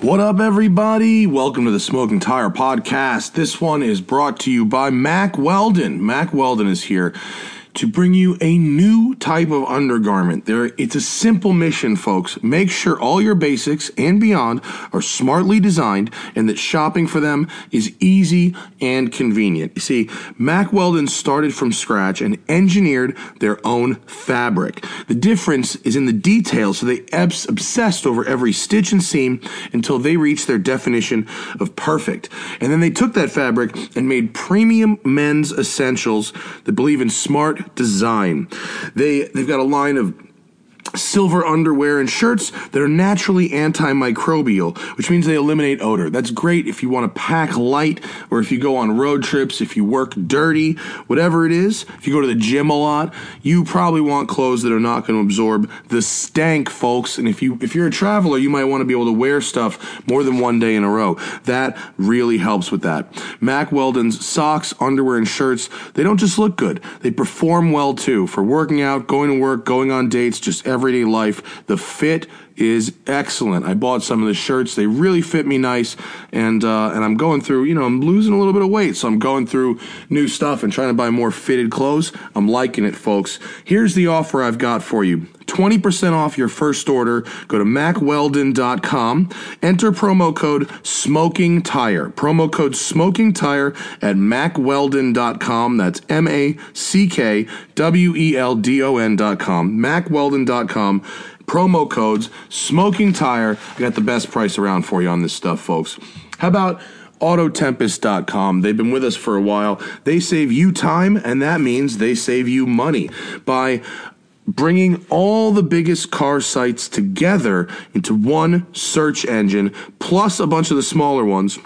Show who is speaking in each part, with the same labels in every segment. Speaker 1: What up, everybody? Welcome to the Smoking Tire Podcast. This one is brought to you by Mac Weldon. Mac Weldon is here to bring you a new type of undergarment. There, it's a simple mission, folks. Make sure all your basics and beyond are smartly designed and that shopping for them is easy and convenient. You see, Mack Weldon started from scratch and engineered their own fabric. The difference is in the details, so they abs- obsessed over every stitch and seam until they reached their definition of perfect. And then they took that fabric and made premium men's essentials that believe in smart design. They they've got a line of silver underwear and shirts that are naturally antimicrobial, which means they eliminate odor. That's great if you want to pack light or if you go on road trips, if you work dirty, whatever it is. If you go to the gym a lot, you probably want clothes that are not going to absorb the stank, folks. And if you if you're a traveler, you might want to be able to wear stuff more than one day in a row. That really helps with that. Mac Weldon's socks, underwear and shirts, they don't just look good. They perform well too for working out, going to work, going on dates, just everyday life. The fit is excellent. I bought some of the shirts; they really fit me nice, and uh, and I'm going through. You know, I'm losing a little bit of weight, so I'm going through new stuff and trying to buy more fitted clothes. I'm liking it, folks. Here's the offer I've got for you. 20% off your first order. Go to macweldon.com. Enter promo code smoking tire. Promo code smoking tire at macweldon.com. That's M A C K W E L D O N.com. Macweldon.com. Promo codes smoking tire. I got the best price around for you on this stuff, folks. How about autotempest.com. They've been with us for a while. They save you time, and that means they save you money by bringing all the biggest car sites together into one search engine, plus a bunch of the smaller ones.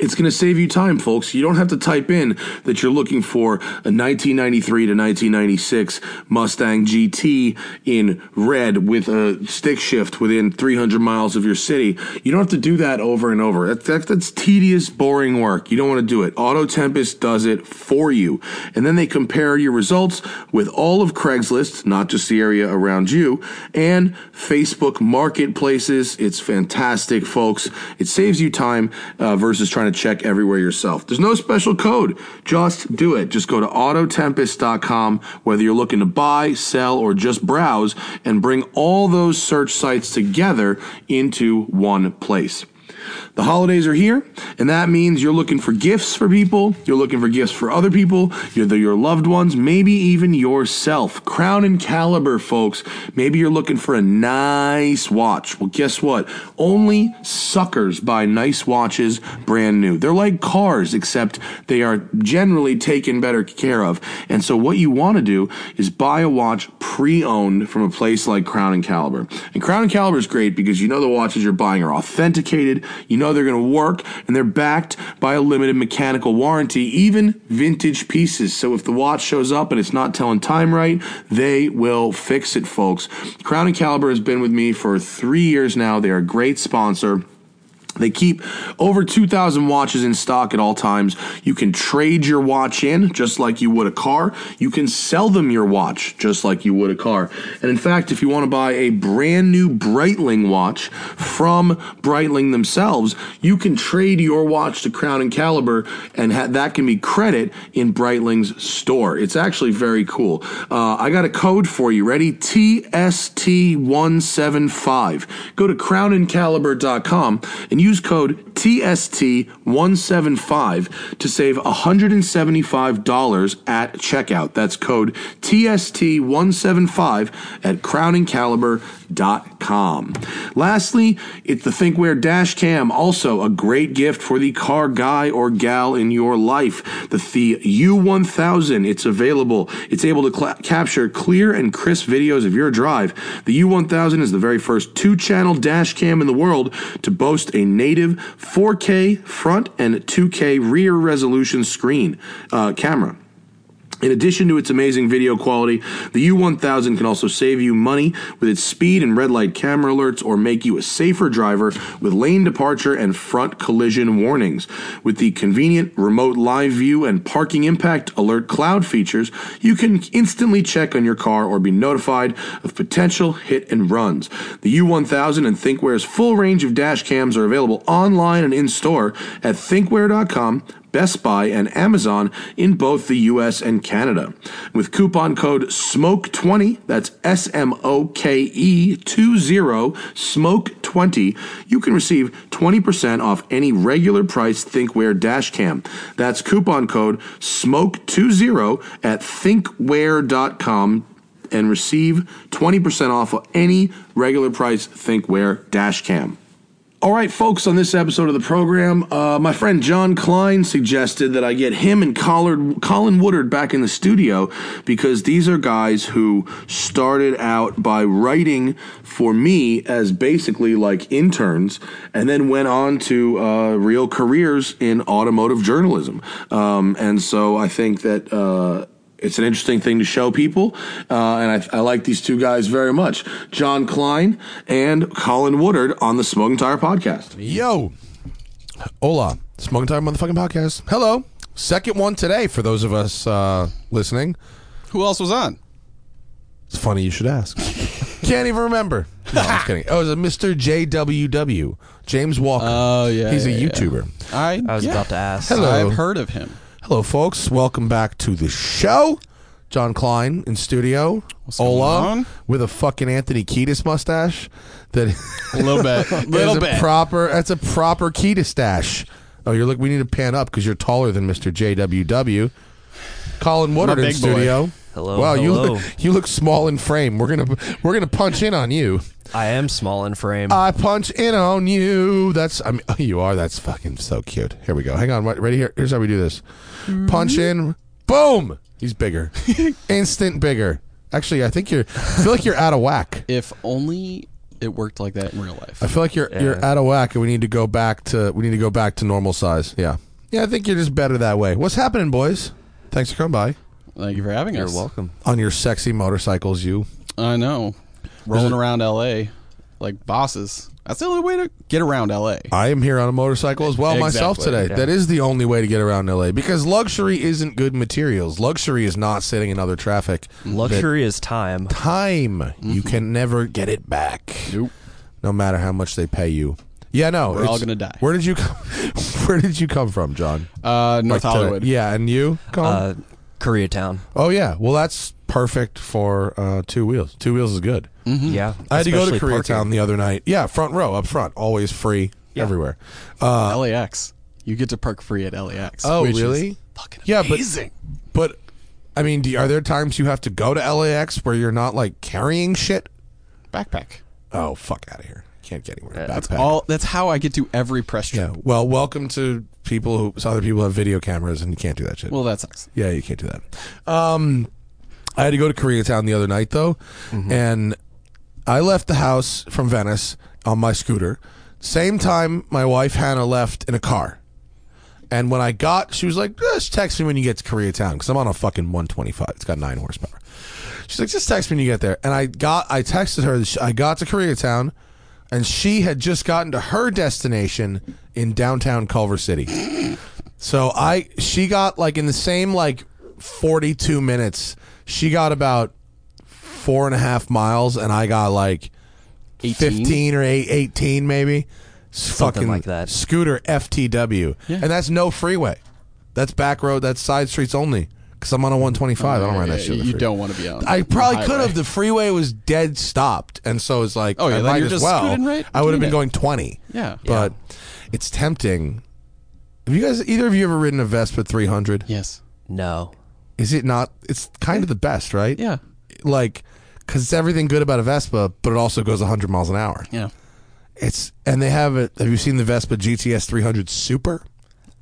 Speaker 1: It's going to save you time, folks. You don't have to type in that you're looking for a 1993 to 1996 Mustang GT in red with a stick shift within 300 miles of your city. You don't have to do that over and over. That, that, that's tedious, boring work. You don't want to do it. Auto Tempest does it for you. And then they compare your results with all of Craigslist, not just the area around you, and Facebook marketplaces. It's fantastic, folks. It saves you time uh, versus trying to check everywhere yourself. There's no special code. Just do it. Just go to autotempest.com, whether you're looking to buy, sell, or just browse, and bring all those search sites together into one place. The holidays are here, and that means you're looking for gifts for people, you're looking for gifts for other people, you're the, your loved ones, maybe even yourself. Crown and caliber, folks. Maybe you're looking for a nice watch. Well, guess what? Only suckers buy nice watches brand new. They're like cars, except they are generally taken better care of. And so, what you want to do is buy a watch pre owned from a place like Crown and Caliber. And Crown and Caliber is great because you know the watches you're buying are authenticated. You know they're going to work, and they're backed by a limited mechanical warranty, even vintage pieces. So if the watch shows up and it's not telling time right, they will fix it, folks. Crown and Caliber has been with me for three years now. They are a great sponsor. They keep over 2,000 watches in stock at all times. You can trade your watch in just like you would a car. You can sell them your watch just like you would a car. And in fact, if you want to buy a brand new Breitling watch from Breitling themselves, you can trade your watch to Crown and Caliber, and ha- that can be credit in Breitling's store. It's actually very cool. Uh, I got a code for you. Ready? TST175. Go to crownandcaliber.com and use code TST175 to save $175 at checkout. That's code TST175 at crownandcaliber.com. Lastly, it's the ThinkWare Dash Cam, also a great gift for the car guy or gal in your life. The, the U1000, it's available. It's able to cla capture clear and crisp videos of your drive. The U1000 is the very first two channel dash cam in the world to boast a native 4K front and 2K rear resolution screen uh, camera. In addition to its amazing video quality, the U1000 can also save you money with its speed and red light camera alerts or make you a safer driver with lane departure and front collision warnings. With the convenient remote live view and parking impact alert cloud features, you can instantly check on your car or be notified of potential hit and runs. The U1000 and ThinkWare's full range of dash cams are available online and in store at thinkware.com Best Buy, and Amazon in both the US and Canada. With coupon code SMOKE20, E that's S M O K E 20, SMOKE20, E you can receive 20% off any regular price Thinkware dash cam. That's coupon code SMOKE20 E at thinkware.com and receive 20% off of any regular price Thinkware dash cam. All right, folks, on this episode of the program, uh, my friend John Klein suggested that I get him and Collard, Colin Woodard back in the studio because these are guys who started out by writing for me as basically like interns and then went on to uh, real careers in automotive journalism. Um, and so I think that. Uh, it's an interesting thing to show people, uh, and I, I like these two guys very much, John Klein and Colin Woodard on the Smoking Tire Podcast.
Speaker 2: Yo, hola, Smoking Time motherfucking podcast. Hello, second one today for those of us uh, listening.
Speaker 3: Who else was on?
Speaker 2: It's funny you should ask. Can't even remember. No, I'm just kidding. Oh, it was a Mr. JWW, James Walker.
Speaker 3: Oh, yeah,
Speaker 2: he's a
Speaker 3: yeah, yeah.
Speaker 2: YouTuber.
Speaker 3: I,
Speaker 4: I was
Speaker 3: yeah.
Speaker 4: about to ask.
Speaker 2: Hello.
Speaker 3: I've heard of him.
Speaker 2: Hello, folks. Welcome back to the show. John Klein in studio.
Speaker 3: going
Speaker 2: Hola
Speaker 3: on?
Speaker 2: with a fucking Anthony Kiedis mustache. That
Speaker 3: A little bit. A
Speaker 2: That's
Speaker 3: little
Speaker 2: a
Speaker 3: bit.
Speaker 2: proper. That's a proper Kita stash. Oh, you're look. We need to pan up because you're taller than Mr. JWW. Colin Woodard in
Speaker 3: big boy.
Speaker 2: studio.
Speaker 4: Hello,
Speaker 2: Wow, you
Speaker 4: hello.
Speaker 2: look you look small in frame. We're gonna we're gonna punch in on you.
Speaker 4: I am small in frame.
Speaker 2: I punch in on you. That's I mean oh, you are. That's fucking so cute. Here we go. Hang on. Right, ready here. Here's how we do this. Punch in. Boom. He's bigger. Instant bigger. Actually, I think you're. I feel like you're out of whack.
Speaker 3: If only it worked like that in real life.
Speaker 2: I
Speaker 1: Uh,
Speaker 2: feel like you're you're out of whack, and we need to go back to we need to go back to normal size. Yeah, yeah. I think you're just better that way. What's happening, boys? Thanks for coming by
Speaker 3: Thank you for having
Speaker 4: You're
Speaker 3: us.
Speaker 4: welcome.
Speaker 2: on your sexy motorcycles. You
Speaker 3: I know. Rolling around L.A. like bosses. That's the only way to get around L.A.
Speaker 2: I am here on a motorcycle as well myself
Speaker 3: Exactly,
Speaker 2: today.
Speaker 4: yeah.
Speaker 2: That is the only way to get around LA because luxury isn't good materials. Luxury is not sitting in other traffic.
Speaker 4: Luxury is time.
Speaker 2: That time you can never get it back.
Speaker 3: Mm-hmm. Nope.
Speaker 2: No matter how much they pay you. Yeah, no.
Speaker 3: We're all
Speaker 2: it's-
Speaker 3: gonna die.
Speaker 2: Where did you come? Where did you come from, John?
Speaker 3: Uh, North
Speaker 2: Like today.
Speaker 3: Hollywood.
Speaker 2: Yeah, and you? Colin?
Speaker 4: Uh, Koreatown.
Speaker 2: Oh yeah, well that's perfect for uh, two wheels. Two wheels is good.
Speaker 4: Yeah.
Speaker 2: Mm-hmm. I had to go to
Speaker 4: especially
Speaker 2: Koreatown
Speaker 4: parking.
Speaker 2: the other night. Yeah, front row up front, always free everywhere. Uh,
Speaker 3: LAX. You get to park free at LAX.
Speaker 2: Oh,
Speaker 3: which is
Speaker 2: really?
Speaker 3: fucking
Speaker 2: Yeah, but-
Speaker 3: amazing.
Speaker 2: but I mean, do, are there times you have to go to LAX where you're not like carrying shit?
Speaker 3: Backpack.
Speaker 2: Oh fuck out of here! Can't get anywhere. Backpack.
Speaker 3: That's all. That's how I get to every press trip.
Speaker 2: Yeah. Well, welcome to people who so other people have video cameras and you can't do that shit.
Speaker 3: Well, that sucks.
Speaker 2: Yeah, you can't do that. Um, I had to go to Koreatown the other night though, and I left the house from Venice on my scooter. Same time my wife Hannah left in a car. And when I got, she was like, "Just text me when you get to Koreatown because I'm on a fucking 125. It's got nine horsepower." She's like, "Just text me when you get there." And I got, I texted her. that she- I got to Koreatown, and she had just gotten to her destination in downtown Culver City. So I she got like in the same like 42 minutes, she got about four and a half miles, and I got like 15 or eight, 18 maybe. S- fucking
Speaker 4: like that.
Speaker 2: Scooter FTW, and that's no freeway. That's back road. That's side streets only. Because I'm on a 125. I don't ride that
Speaker 3: Yeah,
Speaker 2: shit. on the
Speaker 3: you
Speaker 2: freeway.
Speaker 3: don't want to be on.
Speaker 2: I
Speaker 3: the
Speaker 2: probably could
Speaker 3: highway.
Speaker 2: have. The freeway was dead stopped, and so it's like,
Speaker 3: Oh, yeah,
Speaker 2: I
Speaker 3: then
Speaker 2: might
Speaker 3: you're
Speaker 2: as
Speaker 3: just
Speaker 2: well.
Speaker 3: scooting right
Speaker 2: I would have
Speaker 3: between
Speaker 2: been
Speaker 3: it.
Speaker 2: going 20.
Speaker 3: Yeah.
Speaker 2: but it's tempting. Have you guys, either of you, ever ridden a Vespa 300?
Speaker 3: Yes.
Speaker 4: No.
Speaker 2: Is it not? It's kind of the best, right?
Speaker 3: Yeah.
Speaker 2: like because it's everything good about a Vespa, but it also goes 100 miles an hour.
Speaker 3: Yeah.
Speaker 2: It's and they have it. Have you seen the Vespa GTS 300 Super?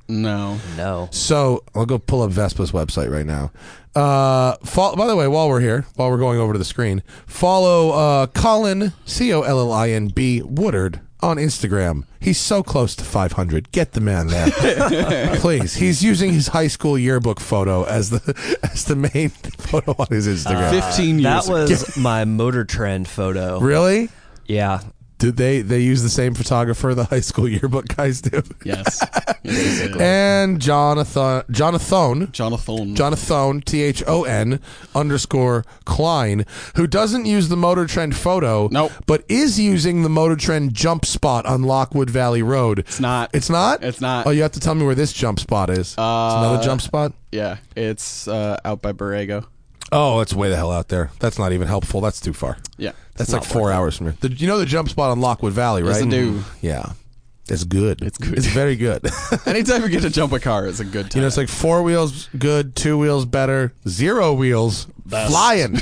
Speaker 3: No.
Speaker 4: No.
Speaker 2: So I'll go pull up Vespa's website right now. Uh, fol- by the way, while we're here, while we're going over to the screen, follow uh, Colin C O L L I N B Woodard on Instagram. He's so close to 500. Get the man there, please. He's using his high school yearbook photo as the as the main photo on his Instagram.
Speaker 3: Fifteen years.
Speaker 4: That was my motor trend photo.
Speaker 2: really?
Speaker 4: Yeah.
Speaker 2: Did they they use the same photographer the high school yearbook guys do?
Speaker 3: yes. uh, Yes, yes, yes.
Speaker 2: And Jonathan Jonathan
Speaker 3: Jonathan.
Speaker 2: Jonathan T H O N underscore Klein, who doesn't use the Motor Trend photo,
Speaker 3: Nope.
Speaker 2: but is using the Motor Trend jump spot on Lockwood Valley Road.
Speaker 3: it's not.
Speaker 2: It's not.
Speaker 3: It's not. Uh,
Speaker 2: Oh, you have to tell me where this jump spot is. it's another jump spot.
Speaker 3: yeah, it's uh, out by Borrego.
Speaker 2: Oh, it's way the hell out there. That's not even helpful. That's too far.
Speaker 3: Yeah.
Speaker 2: That's like four hours from here. The, you know the jump spot on Lockwood Valley, right?
Speaker 3: Yes, I do.
Speaker 2: Yeah, it's good. It's good. It's very good.
Speaker 3: Anytime you get to jump a car, it's a good time.
Speaker 2: You know, it's like four wheels good, two wheels better, zero wheels flying.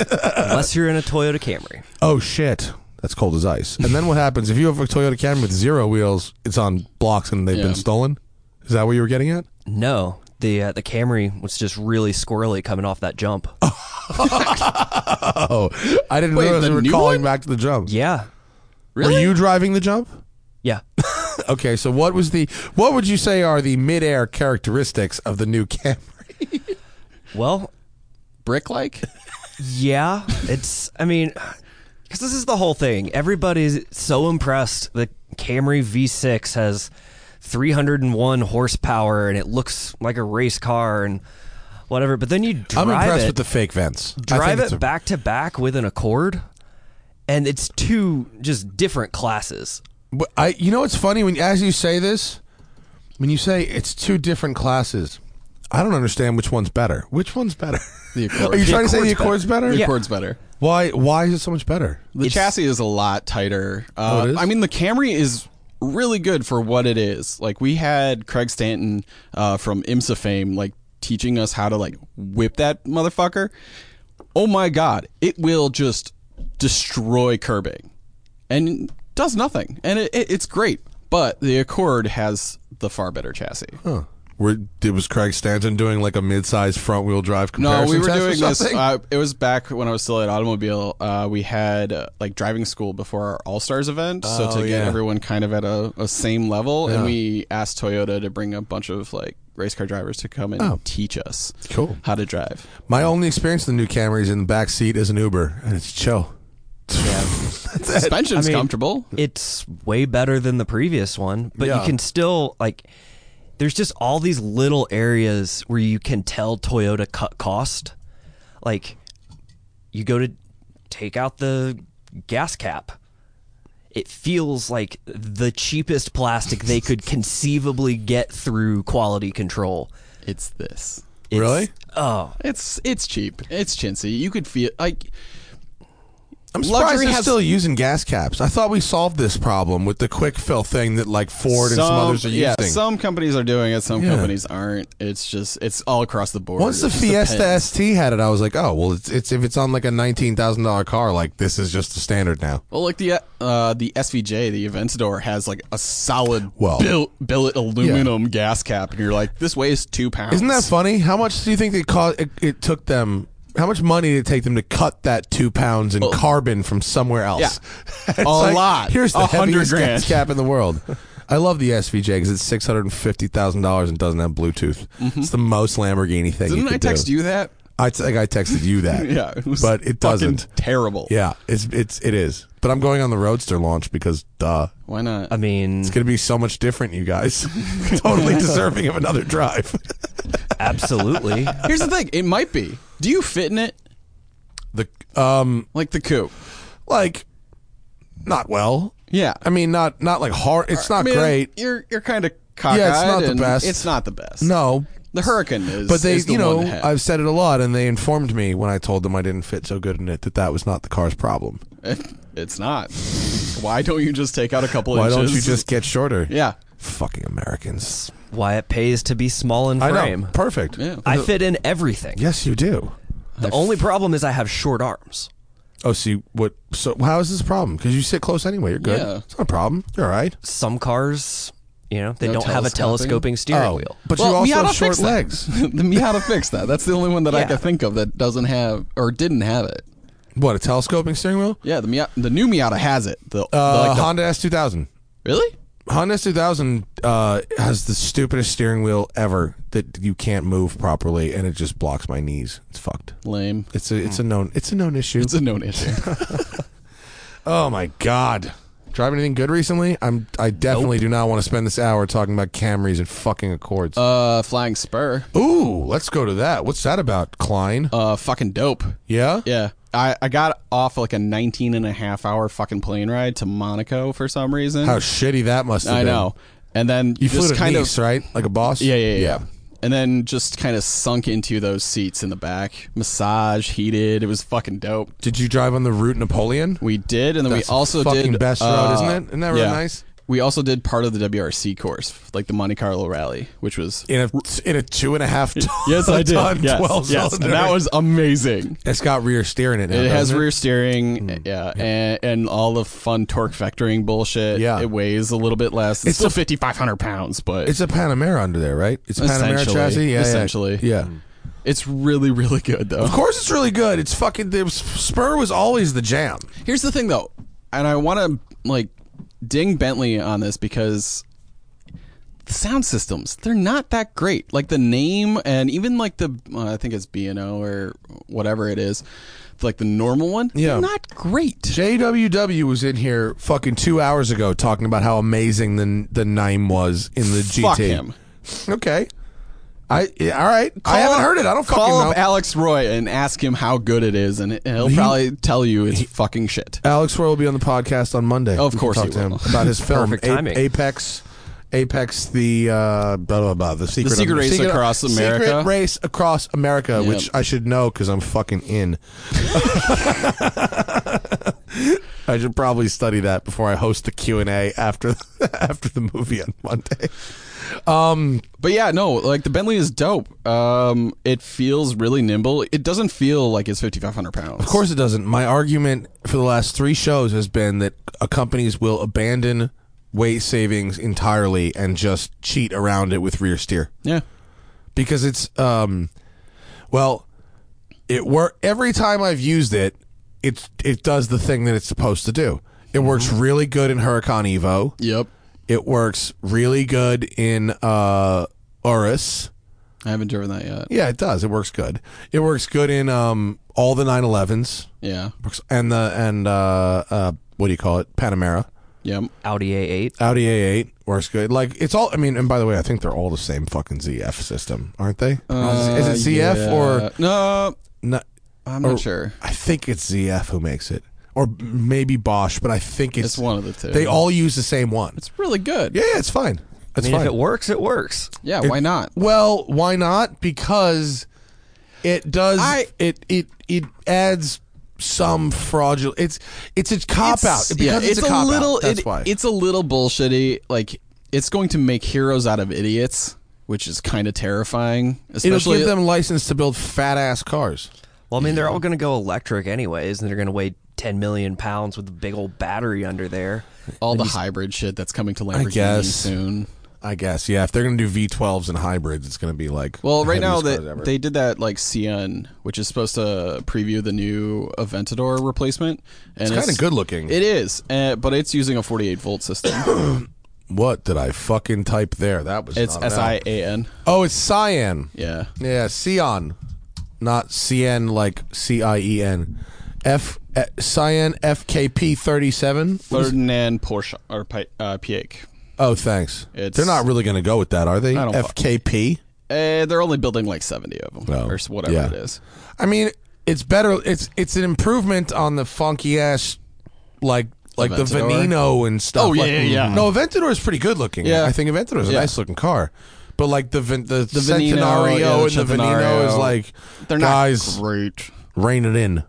Speaker 4: Unless you're in a Toyota Camry.
Speaker 2: oh shit, that's cold as ice. And then what happens if you have a Toyota Camry with zero wheels? It's on blocks and they've
Speaker 3: Yeah.
Speaker 2: been stolen. Is that what you were getting at?
Speaker 4: No, the uh, the Camry was just really squirrely coming off that jump.
Speaker 2: Oh, I didn't
Speaker 3: Wait,
Speaker 2: realize
Speaker 3: the
Speaker 2: we were
Speaker 3: new
Speaker 2: calling
Speaker 3: one?
Speaker 2: back to the jump.
Speaker 4: Yeah.
Speaker 2: Were
Speaker 3: Really?
Speaker 2: you driving the jump?
Speaker 4: Yeah.
Speaker 2: Okay, so what was the what would you say are the midair characteristics of the new Camry?
Speaker 4: Well,
Speaker 3: brick like.
Speaker 4: yeah, it's I mean cuz this is the whole thing. Everybody's so impressed the Camry V6 has 301 horsepower and it looks like a race car and whatever, but then you drive
Speaker 2: I'm impressed
Speaker 4: it
Speaker 2: with the fake vents. I think
Speaker 4: drive
Speaker 2: it's
Speaker 4: it
Speaker 2: a-
Speaker 4: back to back with an Accord and it's two just different classes.
Speaker 2: But I, you know, what's funny when as you say this, when you say it's two different classes, I don't understand which one's better. Which one's better?
Speaker 3: The Accord.
Speaker 2: Are you
Speaker 3: The
Speaker 2: trying to say the
Speaker 3: Accord's
Speaker 2: Accord's better?
Speaker 3: The
Speaker 4: Yeah.
Speaker 3: Accord's better.
Speaker 2: Why? Why is it so much better?
Speaker 3: The chassis is a lot tighter. Uh,
Speaker 2: Oh, it is?
Speaker 3: I mean, the Camry is really good for what it is. Like we had Craig Stanton uh, from IMSA fame, like teaching us how to like whip that motherfucker. Oh my god, it will just destroy curbing, and does nothing, and it, it, it's great. But the Accord has the far better chassis.
Speaker 2: Where it was Craig Stanton doing like a mid-sized front-wheel drive
Speaker 3: No,
Speaker 2: comparison?
Speaker 3: we were
Speaker 2: test or
Speaker 3: doing this.
Speaker 2: something?
Speaker 3: Uh, it was back when I was still at Automobile. Uh, we had uh, like driving school before our All Stars event, so
Speaker 2: Oh,
Speaker 3: to
Speaker 2: yeah.
Speaker 3: get everyone kind of at a, a same level,
Speaker 2: Yeah.
Speaker 3: and we asked Toyota to bring a bunch of like race car drivers to come and teach us
Speaker 2: Oh. Cool.
Speaker 3: how to drive.
Speaker 2: My only experience in the new Camry is in the back seat as an Uber, and it's chill.
Speaker 3: Suspension's
Speaker 4: I mean-
Speaker 3: comfortable.
Speaker 4: it's way better than the previous one, but
Speaker 2: Yeah.
Speaker 4: you can still like there's just all these little areas where you can tell Toyota cut cost. Like you go to take out the gas cap. It feels like the cheapest plastic they could conceivably get through quality control.
Speaker 3: It's this.
Speaker 4: It's-
Speaker 2: Really?
Speaker 4: Oh,
Speaker 3: It's it's cheap. It's chintzy. You could feel like
Speaker 2: I'm surprised
Speaker 3: Luxury
Speaker 2: they're
Speaker 3: has-
Speaker 2: still using gas caps. I thought we solved this problem with the quick fill thing that like Ford and some, others are
Speaker 3: yeah,
Speaker 2: using.
Speaker 3: some companies are doing it. Some companies aren't. It's just it's all across the board.
Speaker 2: Once the
Speaker 3: It just
Speaker 2: Fiesta
Speaker 3: depends.
Speaker 2: ST had it, I was like, oh well, it's, it's if it's on like a nineteen thousand dollar car, like this is just the standard now.
Speaker 3: Well, like the uh, the SVJ, the Aventador has like a solid
Speaker 2: Well-
Speaker 3: bil- billet aluminum gas cap, and you're like, this weighs two pounds.
Speaker 2: Isn't that funny? How much do you think it cost? It, it took them. How much monny did it take them to cut that two pounds in carbon from somewhere else? It's
Speaker 3: Oh. A lot.
Speaker 2: Here's the
Speaker 3: A hundred
Speaker 2: heaviest
Speaker 3: grand."
Speaker 2: gas cap in the world. I love the SVJ because it's six hundred and fifty thousand dollars and doesn't have Bluetooth. It's the most Lamborghini thing.
Speaker 3: Mm-hmm.
Speaker 2: you
Speaker 3: Didn't
Speaker 2: could
Speaker 3: I text
Speaker 2: do.
Speaker 3: you that?
Speaker 2: I think I texted you that.
Speaker 3: Yeah, it was
Speaker 2: but
Speaker 3: fucking
Speaker 2: it doesn't.
Speaker 3: Terrible.
Speaker 2: Yeah, it's it's it is. But I'm going on the Roadster launch because duh.
Speaker 3: Why not?
Speaker 4: I mean,
Speaker 2: It's going to be so much different, you guys. totally deserving of another drive.
Speaker 4: absolutely.
Speaker 3: Here's the thing. It might be. Do you fit in it?
Speaker 2: the um
Speaker 3: Like the coupe?
Speaker 2: like not well.
Speaker 3: Yeah.
Speaker 2: I mean not not like hard. It's not
Speaker 3: I mean,
Speaker 2: great.
Speaker 3: You're you're kind of cockeyed.
Speaker 2: not the
Speaker 3: and
Speaker 2: best.
Speaker 3: It's not the best.
Speaker 2: No.
Speaker 3: The Hurricane is.
Speaker 2: But they,
Speaker 3: is the
Speaker 2: you know,
Speaker 3: one to have.
Speaker 2: I've said it a lot and they informed me when I told them I didn't fit so good in it that that was not the car's problem.
Speaker 3: it's not. Why don't you just take out a couple
Speaker 2: Why
Speaker 3: inches?
Speaker 2: don't you just get shorter?
Speaker 3: Yeah.
Speaker 2: Fucking Americans.
Speaker 4: Why it pays to be small and
Speaker 2: I know.
Speaker 4: frame.
Speaker 2: Perfect.
Speaker 3: Yeah.
Speaker 4: I fit in everything.
Speaker 2: Yes, you do.
Speaker 4: The only problem is I have short arms.
Speaker 2: Oh, see what? So how is this a problem? Because you sit close anyway. You're good.
Speaker 3: Yeah.
Speaker 2: It's not a problem. You're all right.
Speaker 4: Some cars, you know, they
Speaker 3: No
Speaker 4: don't have a
Speaker 3: telescoping?
Speaker 4: telescoping steering wheel.
Speaker 2: Oh. but
Speaker 3: Well,
Speaker 2: you also
Speaker 3: Miata
Speaker 2: have short
Speaker 3: fixed that.
Speaker 2: legs.
Speaker 3: the Miata fixed that. That's the only one that I
Speaker 4: Yeah.
Speaker 3: can think of that doesn't have or didn't have it.
Speaker 2: What a telescoping steering wheel.
Speaker 3: Yeah, the Miata, the new Miata has it. The, the,
Speaker 2: Uh,
Speaker 3: like the-
Speaker 2: Honda S two thousand.
Speaker 3: really?
Speaker 2: Honda S two thousand uh, has the stupidest steering wheel ever that you can't move properly, and it just blocks my knees. It's fucked.
Speaker 3: Lame.
Speaker 2: It's a it's a known it's a known issue.
Speaker 3: Hmm. It's a known issue.
Speaker 2: Oh my god. Drive anything good recently? I'm I definitely do not want to spend this hour talking about Camrys and fucking Accords.
Speaker 3: uh, flying spur.
Speaker 2: Ooh, let's go to that. What's that about, Klein?
Speaker 3: Uh, fucking dope.
Speaker 2: yeah?
Speaker 3: Yeah. I, I got off like a 19 and a half hour fucking plane ride to Monaco for some reason.
Speaker 2: How shitty that must have
Speaker 3: I
Speaker 2: been.
Speaker 3: know. And then
Speaker 2: You flew
Speaker 3: just
Speaker 2: to
Speaker 3: kind
Speaker 2: Nice,
Speaker 3: of
Speaker 2: right? Like a boss?
Speaker 3: yeah, yeah, yeah, And then just kind of sunk into those seats in the back. Massage, heated. It was fucking dope.
Speaker 2: Did you drive on the route Napoleon?
Speaker 3: We did, and then
Speaker 2: That's the
Speaker 3: we also
Speaker 2: fucking
Speaker 3: did uh,
Speaker 2: best road, isn't it? Isn't that really
Speaker 3: yeah.
Speaker 2: nice?
Speaker 3: We also did part of the WRC course, like the Monte Carlo Rally, which was
Speaker 2: In a in a two and a half ton,
Speaker 3: yes, I did.
Speaker 2: ton
Speaker 3: yes,
Speaker 2: twelve
Speaker 3: yes. And
Speaker 2: cylinder.
Speaker 3: that was amazing.
Speaker 2: it's got rear steer in it. Hmm. Now,
Speaker 3: It has
Speaker 2: doesn't
Speaker 3: rear steering, yeah, and, and all the fun torque vectoring bullshit.
Speaker 2: Yeah.
Speaker 3: it weighs a little bit less. It's,
Speaker 2: It's
Speaker 3: still
Speaker 2: a-
Speaker 3: fifty five hundred pounds, but
Speaker 2: It's
Speaker 3: it's
Speaker 2: a Panamera under there, right? It's a Panamera
Speaker 3: Essentially.
Speaker 2: chassis. Yeah, yeah.
Speaker 3: Essentially. Mm.
Speaker 2: Yeah.
Speaker 3: it's really really good though.
Speaker 2: Of course, it's really good. It's fucking. The, Spur was always the jam.
Speaker 3: Here's the thing though, and I want to like ding Bentley on this because the sound systems they're not that great. Like the name and even like the uh, I think it's B and O or whatever it is, like the normal one.
Speaker 2: Yeah.
Speaker 3: they're not great.
Speaker 2: JWW was in here fucking two hours ago talking about how amazing the the name was in the GT.
Speaker 3: Fuck him.
Speaker 2: Okay. I yeah, all right. I haven't heard it. I don't
Speaker 3: call
Speaker 2: fucking know.
Speaker 3: up Alex Roy and ask him how good it is, and he'll probably tell you it's fucking shit.
Speaker 2: Alex Roy will be on the podcast on Monday.
Speaker 3: Of
Speaker 2: We can
Speaker 3: course
Speaker 2: talk
Speaker 3: he
Speaker 2: to him
Speaker 3: will.
Speaker 2: about his film
Speaker 4: Perfect
Speaker 2: A-
Speaker 4: timing.
Speaker 2: Apex. Apex, the uh, blah blah blah, the secret,
Speaker 3: Secret Race Across America.
Speaker 2: secret race across America,
Speaker 3: Yep.
Speaker 2: which I should know because I'm fucking in. I should probably study that before I host the Q and A after after the movie on Monday.
Speaker 3: But yeah, no, like the Bentley is dope. Um, it feels really nimble. It doesn't feel like it's fifty five hundred pounds.
Speaker 2: Of course it doesn't. My argument for the last three shows has been that uh, companies will abandon weight savings entirely and just cheat around it with rear steer
Speaker 3: Yeah.
Speaker 2: because it's um, well, it work every time I've used it, it it does the thing that it's supposed to do. It
Speaker 3: Mm-hmm.
Speaker 2: works really good in Huracan Evo.
Speaker 3: Yep.
Speaker 2: It works really good in uh, Urus.
Speaker 3: I haven't driven that yet.
Speaker 2: Yeah, it does. It works good. It works good in um, all the 911s.
Speaker 3: Yeah.
Speaker 2: Brooks- and the and uh, uh, what do you call it? Panamera,
Speaker 3: Yep.
Speaker 4: Audi A8.
Speaker 2: Audi A8 works good. Like it's all. I mean, and by the way, I think they're all the same fucking ZF system, aren't they? is, it
Speaker 3: Uh,
Speaker 2: ZF
Speaker 3: yeah.
Speaker 2: or Oh.
Speaker 3: no?
Speaker 2: no,
Speaker 3: I'm not
Speaker 2: or-
Speaker 3: sure.
Speaker 2: I think it's ZF who makes it, or maybe Bosch, but I think it's,
Speaker 3: It's one of the two.
Speaker 2: They all use the same one.
Speaker 3: It's really good.
Speaker 2: yeah, yeah, it's fine.
Speaker 4: I
Speaker 2: It's
Speaker 4: mean,
Speaker 2: fine.
Speaker 4: if it works, it works.
Speaker 3: Yeah. why not?
Speaker 2: Well, why not? Because it does.
Speaker 3: I-
Speaker 2: it it it adds some fraudulent. It's it's a cop out. Because
Speaker 3: yeah,
Speaker 2: it's, a, cop
Speaker 3: little.
Speaker 2: out. That's
Speaker 3: it-
Speaker 2: why.
Speaker 3: It's a little bullshitty. Like it's going to make heroes out of idiots, which is kind of terrifying.
Speaker 2: It'll
Speaker 3: Especially
Speaker 2: give them license to build fat ass cars.
Speaker 4: Well, I mean, they're all going to go electric anyways, and they're going to weigh 10 million pounds with a big old battery under there.
Speaker 3: all the hybrid shit that's coming to Lamborghini
Speaker 2: guess.
Speaker 3: soon.
Speaker 2: I guess. Yeah, if they're gonna do V12s and hybrids, it's gonna be like
Speaker 3: Well,
Speaker 2: the
Speaker 3: right now
Speaker 2: heaviest
Speaker 3: they,
Speaker 2: cars ever.
Speaker 3: they did that like CN, which is supposed to preview the new Aventador replacement. And
Speaker 2: it's kind of good looking.
Speaker 3: It is, uh, but it's using a 48 volt system.
Speaker 2: what did I fucking type there? That was
Speaker 3: it's
Speaker 2: not an
Speaker 3: S I A N.
Speaker 2: app. Oh, it's Cyan.
Speaker 3: Yeah.
Speaker 2: Yeah, Cyan, not CN like C I E N. F eh, Cyan FKP thirty seven.
Speaker 3: Ferdinand Porsche or Pi- uh, Piake.
Speaker 2: Oh, thanks.
Speaker 3: It's-
Speaker 2: they're not really gonna go with that, are they?
Speaker 3: I don't fuck-
Speaker 2: FKP.
Speaker 3: Uh, they're only building like 70 of them
Speaker 2: Oh,
Speaker 3: or s- whatever
Speaker 2: yeah.
Speaker 3: it is.
Speaker 2: I mean, it's better. It's it's an improvement on the funky ass, like like the
Speaker 3: Aventador?
Speaker 2: Veneno and stuff.
Speaker 3: Oh, yeah,
Speaker 2: Like-
Speaker 3: yeah, yeah.
Speaker 2: No, Aventador is pretty good looking.
Speaker 3: Yeah.
Speaker 2: I think Aventador is a
Speaker 3: Yeah.
Speaker 2: nice looking car, but like the Ven- the, the
Speaker 3: Veneno,
Speaker 2: Centenario
Speaker 3: yeah, the
Speaker 2: and the Veneno
Speaker 3: Centenario.
Speaker 2: is like
Speaker 3: They're not
Speaker 2: guys
Speaker 3: great.
Speaker 2: rein it in.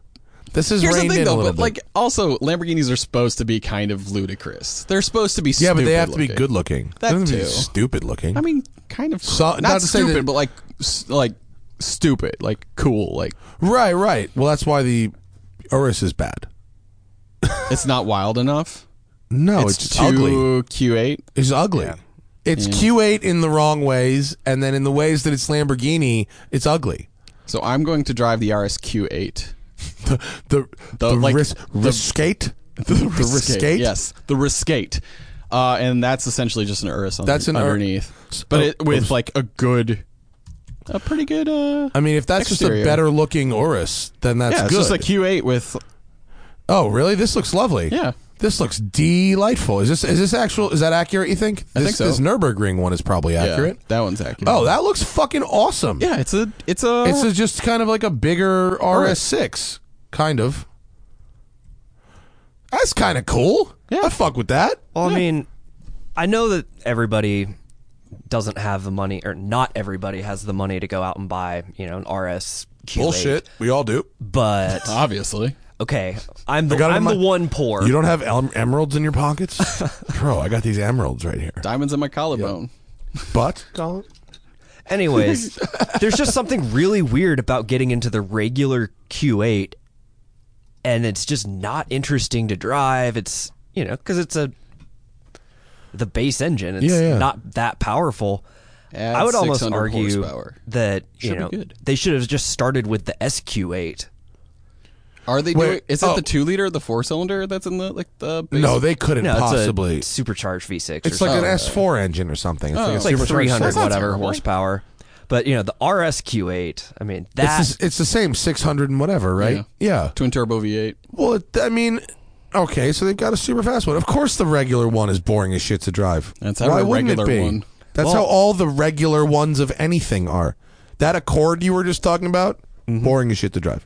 Speaker 2: This is
Speaker 3: Here's the
Speaker 2: reined
Speaker 3: thing
Speaker 2: in a
Speaker 3: though,
Speaker 2: little
Speaker 3: but
Speaker 2: bit.
Speaker 3: like also Lamborghinis are supposed to be kind of ludicrous. They're supposed to be
Speaker 2: yeah, but they
Speaker 3: stupid
Speaker 2: have to be
Speaker 3: looking.
Speaker 2: good looking.
Speaker 3: That
Speaker 2: they don't have to be
Speaker 3: too.
Speaker 2: stupid looking.
Speaker 3: I mean, kind of
Speaker 2: So-
Speaker 3: not,
Speaker 2: not to say
Speaker 3: stupid,
Speaker 2: that-
Speaker 3: but like s- like stupid, like cool, like
Speaker 2: right, right. Well, that's why the Urus is bad.
Speaker 3: it's not wild enough.
Speaker 2: No, Oh, it's,
Speaker 3: it's
Speaker 2: just
Speaker 3: too
Speaker 2: ugly.
Speaker 3: Q8.
Speaker 2: It's ugly. It's Q8 in the wrong ways, and then in the ways that it's Lamborghini, it's ugly.
Speaker 3: So I'm going to drive the RS Q8.
Speaker 2: the the the,
Speaker 3: like,
Speaker 2: ris-
Speaker 3: the-
Speaker 2: riscate? the,
Speaker 3: The riskate. Yes, the riskate. Uh, and that's essentially just an Urus under,
Speaker 2: That's an Ur-
Speaker 3: underneath. but
Speaker 2: oh,
Speaker 3: it, with
Speaker 2: oops.
Speaker 3: like a good, a pretty good. Uh,
Speaker 2: I mean, if that's just
Speaker 3: Exterior.
Speaker 2: a better looking Urus, then that's
Speaker 3: yeah, it's
Speaker 2: good.
Speaker 3: just a Q8 with.
Speaker 2: oh, really? This looks lovely.
Speaker 3: Yeah.
Speaker 2: This looks delightful. Is this is this actual? Is that accurate? You think? This,
Speaker 3: think so.
Speaker 2: This Nurburgring one is probably
Speaker 3: yeah,
Speaker 2: accurate.
Speaker 3: that one's accurate.
Speaker 2: Oh, that looks fucking awesome.
Speaker 3: yeah, it's a it's a
Speaker 2: It's a- just kind of like a bigger RS6, kind of. That's kind of cool.
Speaker 3: Yeah.
Speaker 2: I fuck with that.
Speaker 4: Well, I mean, I know that everybody doesn't have the money, or not everybody has the money to go out and buy, you know, an RS.
Speaker 2: Bullshit. We all do.
Speaker 4: But
Speaker 3: obviously.
Speaker 4: okay, I'm the
Speaker 2: got it in
Speaker 4: I'm
Speaker 2: my-
Speaker 4: the one poor.
Speaker 2: You don't have em- emeralds in your pockets, bro. I got these emeralds right here.
Speaker 3: Diamonds in my collarbone.
Speaker 2: But
Speaker 4: Anyways, there's just something really weird about getting into the regular Q8, and it's just not interesting to drive. It's you know because it's a the base engine. It's
Speaker 2: Yeah, yeah.
Speaker 4: not that powerful.
Speaker 3: Add
Speaker 4: I would almost
Speaker 3: 600
Speaker 4: argue
Speaker 3: horsepower.
Speaker 4: that you
Speaker 3: Should be
Speaker 4: know
Speaker 3: good.
Speaker 4: they should have just started with the SQ8.
Speaker 3: Are they
Speaker 2: Wait,
Speaker 3: doing? Is it
Speaker 2: oh.
Speaker 3: the two liter, the four cylinder that's in the like the? Base?
Speaker 2: no, they couldn't
Speaker 4: No,
Speaker 2: possibly.
Speaker 4: it's a supercharged V6.
Speaker 2: It's
Speaker 4: or
Speaker 2: like an
Speaker 4: something.
Speaker 2: S4 engine or something. It's like, a
Speaker 4: it's Oh. like
Speaker 2: supercharged
Speaker 4: 300
Speaker 2: six-
Speaker 4: whatever horsepower. But you know the RSQ8. I mean that
Speaker 2: It's, the- it's the same 600 and whatever, right? Yeah.
Speaker 3: twin turbo V8.
Speaker 2: Well, it- I mean, okay, so they've got a super fast one. Of course, the regular one is boring as shit to drive.
Speaker 3: That's how
Speaker 2: Why
Speaker 3: a
Speaker 2: wouldn't it
Speaker 3: regular
Speaker 2: be?
Speaker 3: one-
Speaker 2: That's how all the regular ones of anything are. That Accord you were just talking about,
Speaker 3: Mm-hmm.
Speaker 2: boring as shit to drive.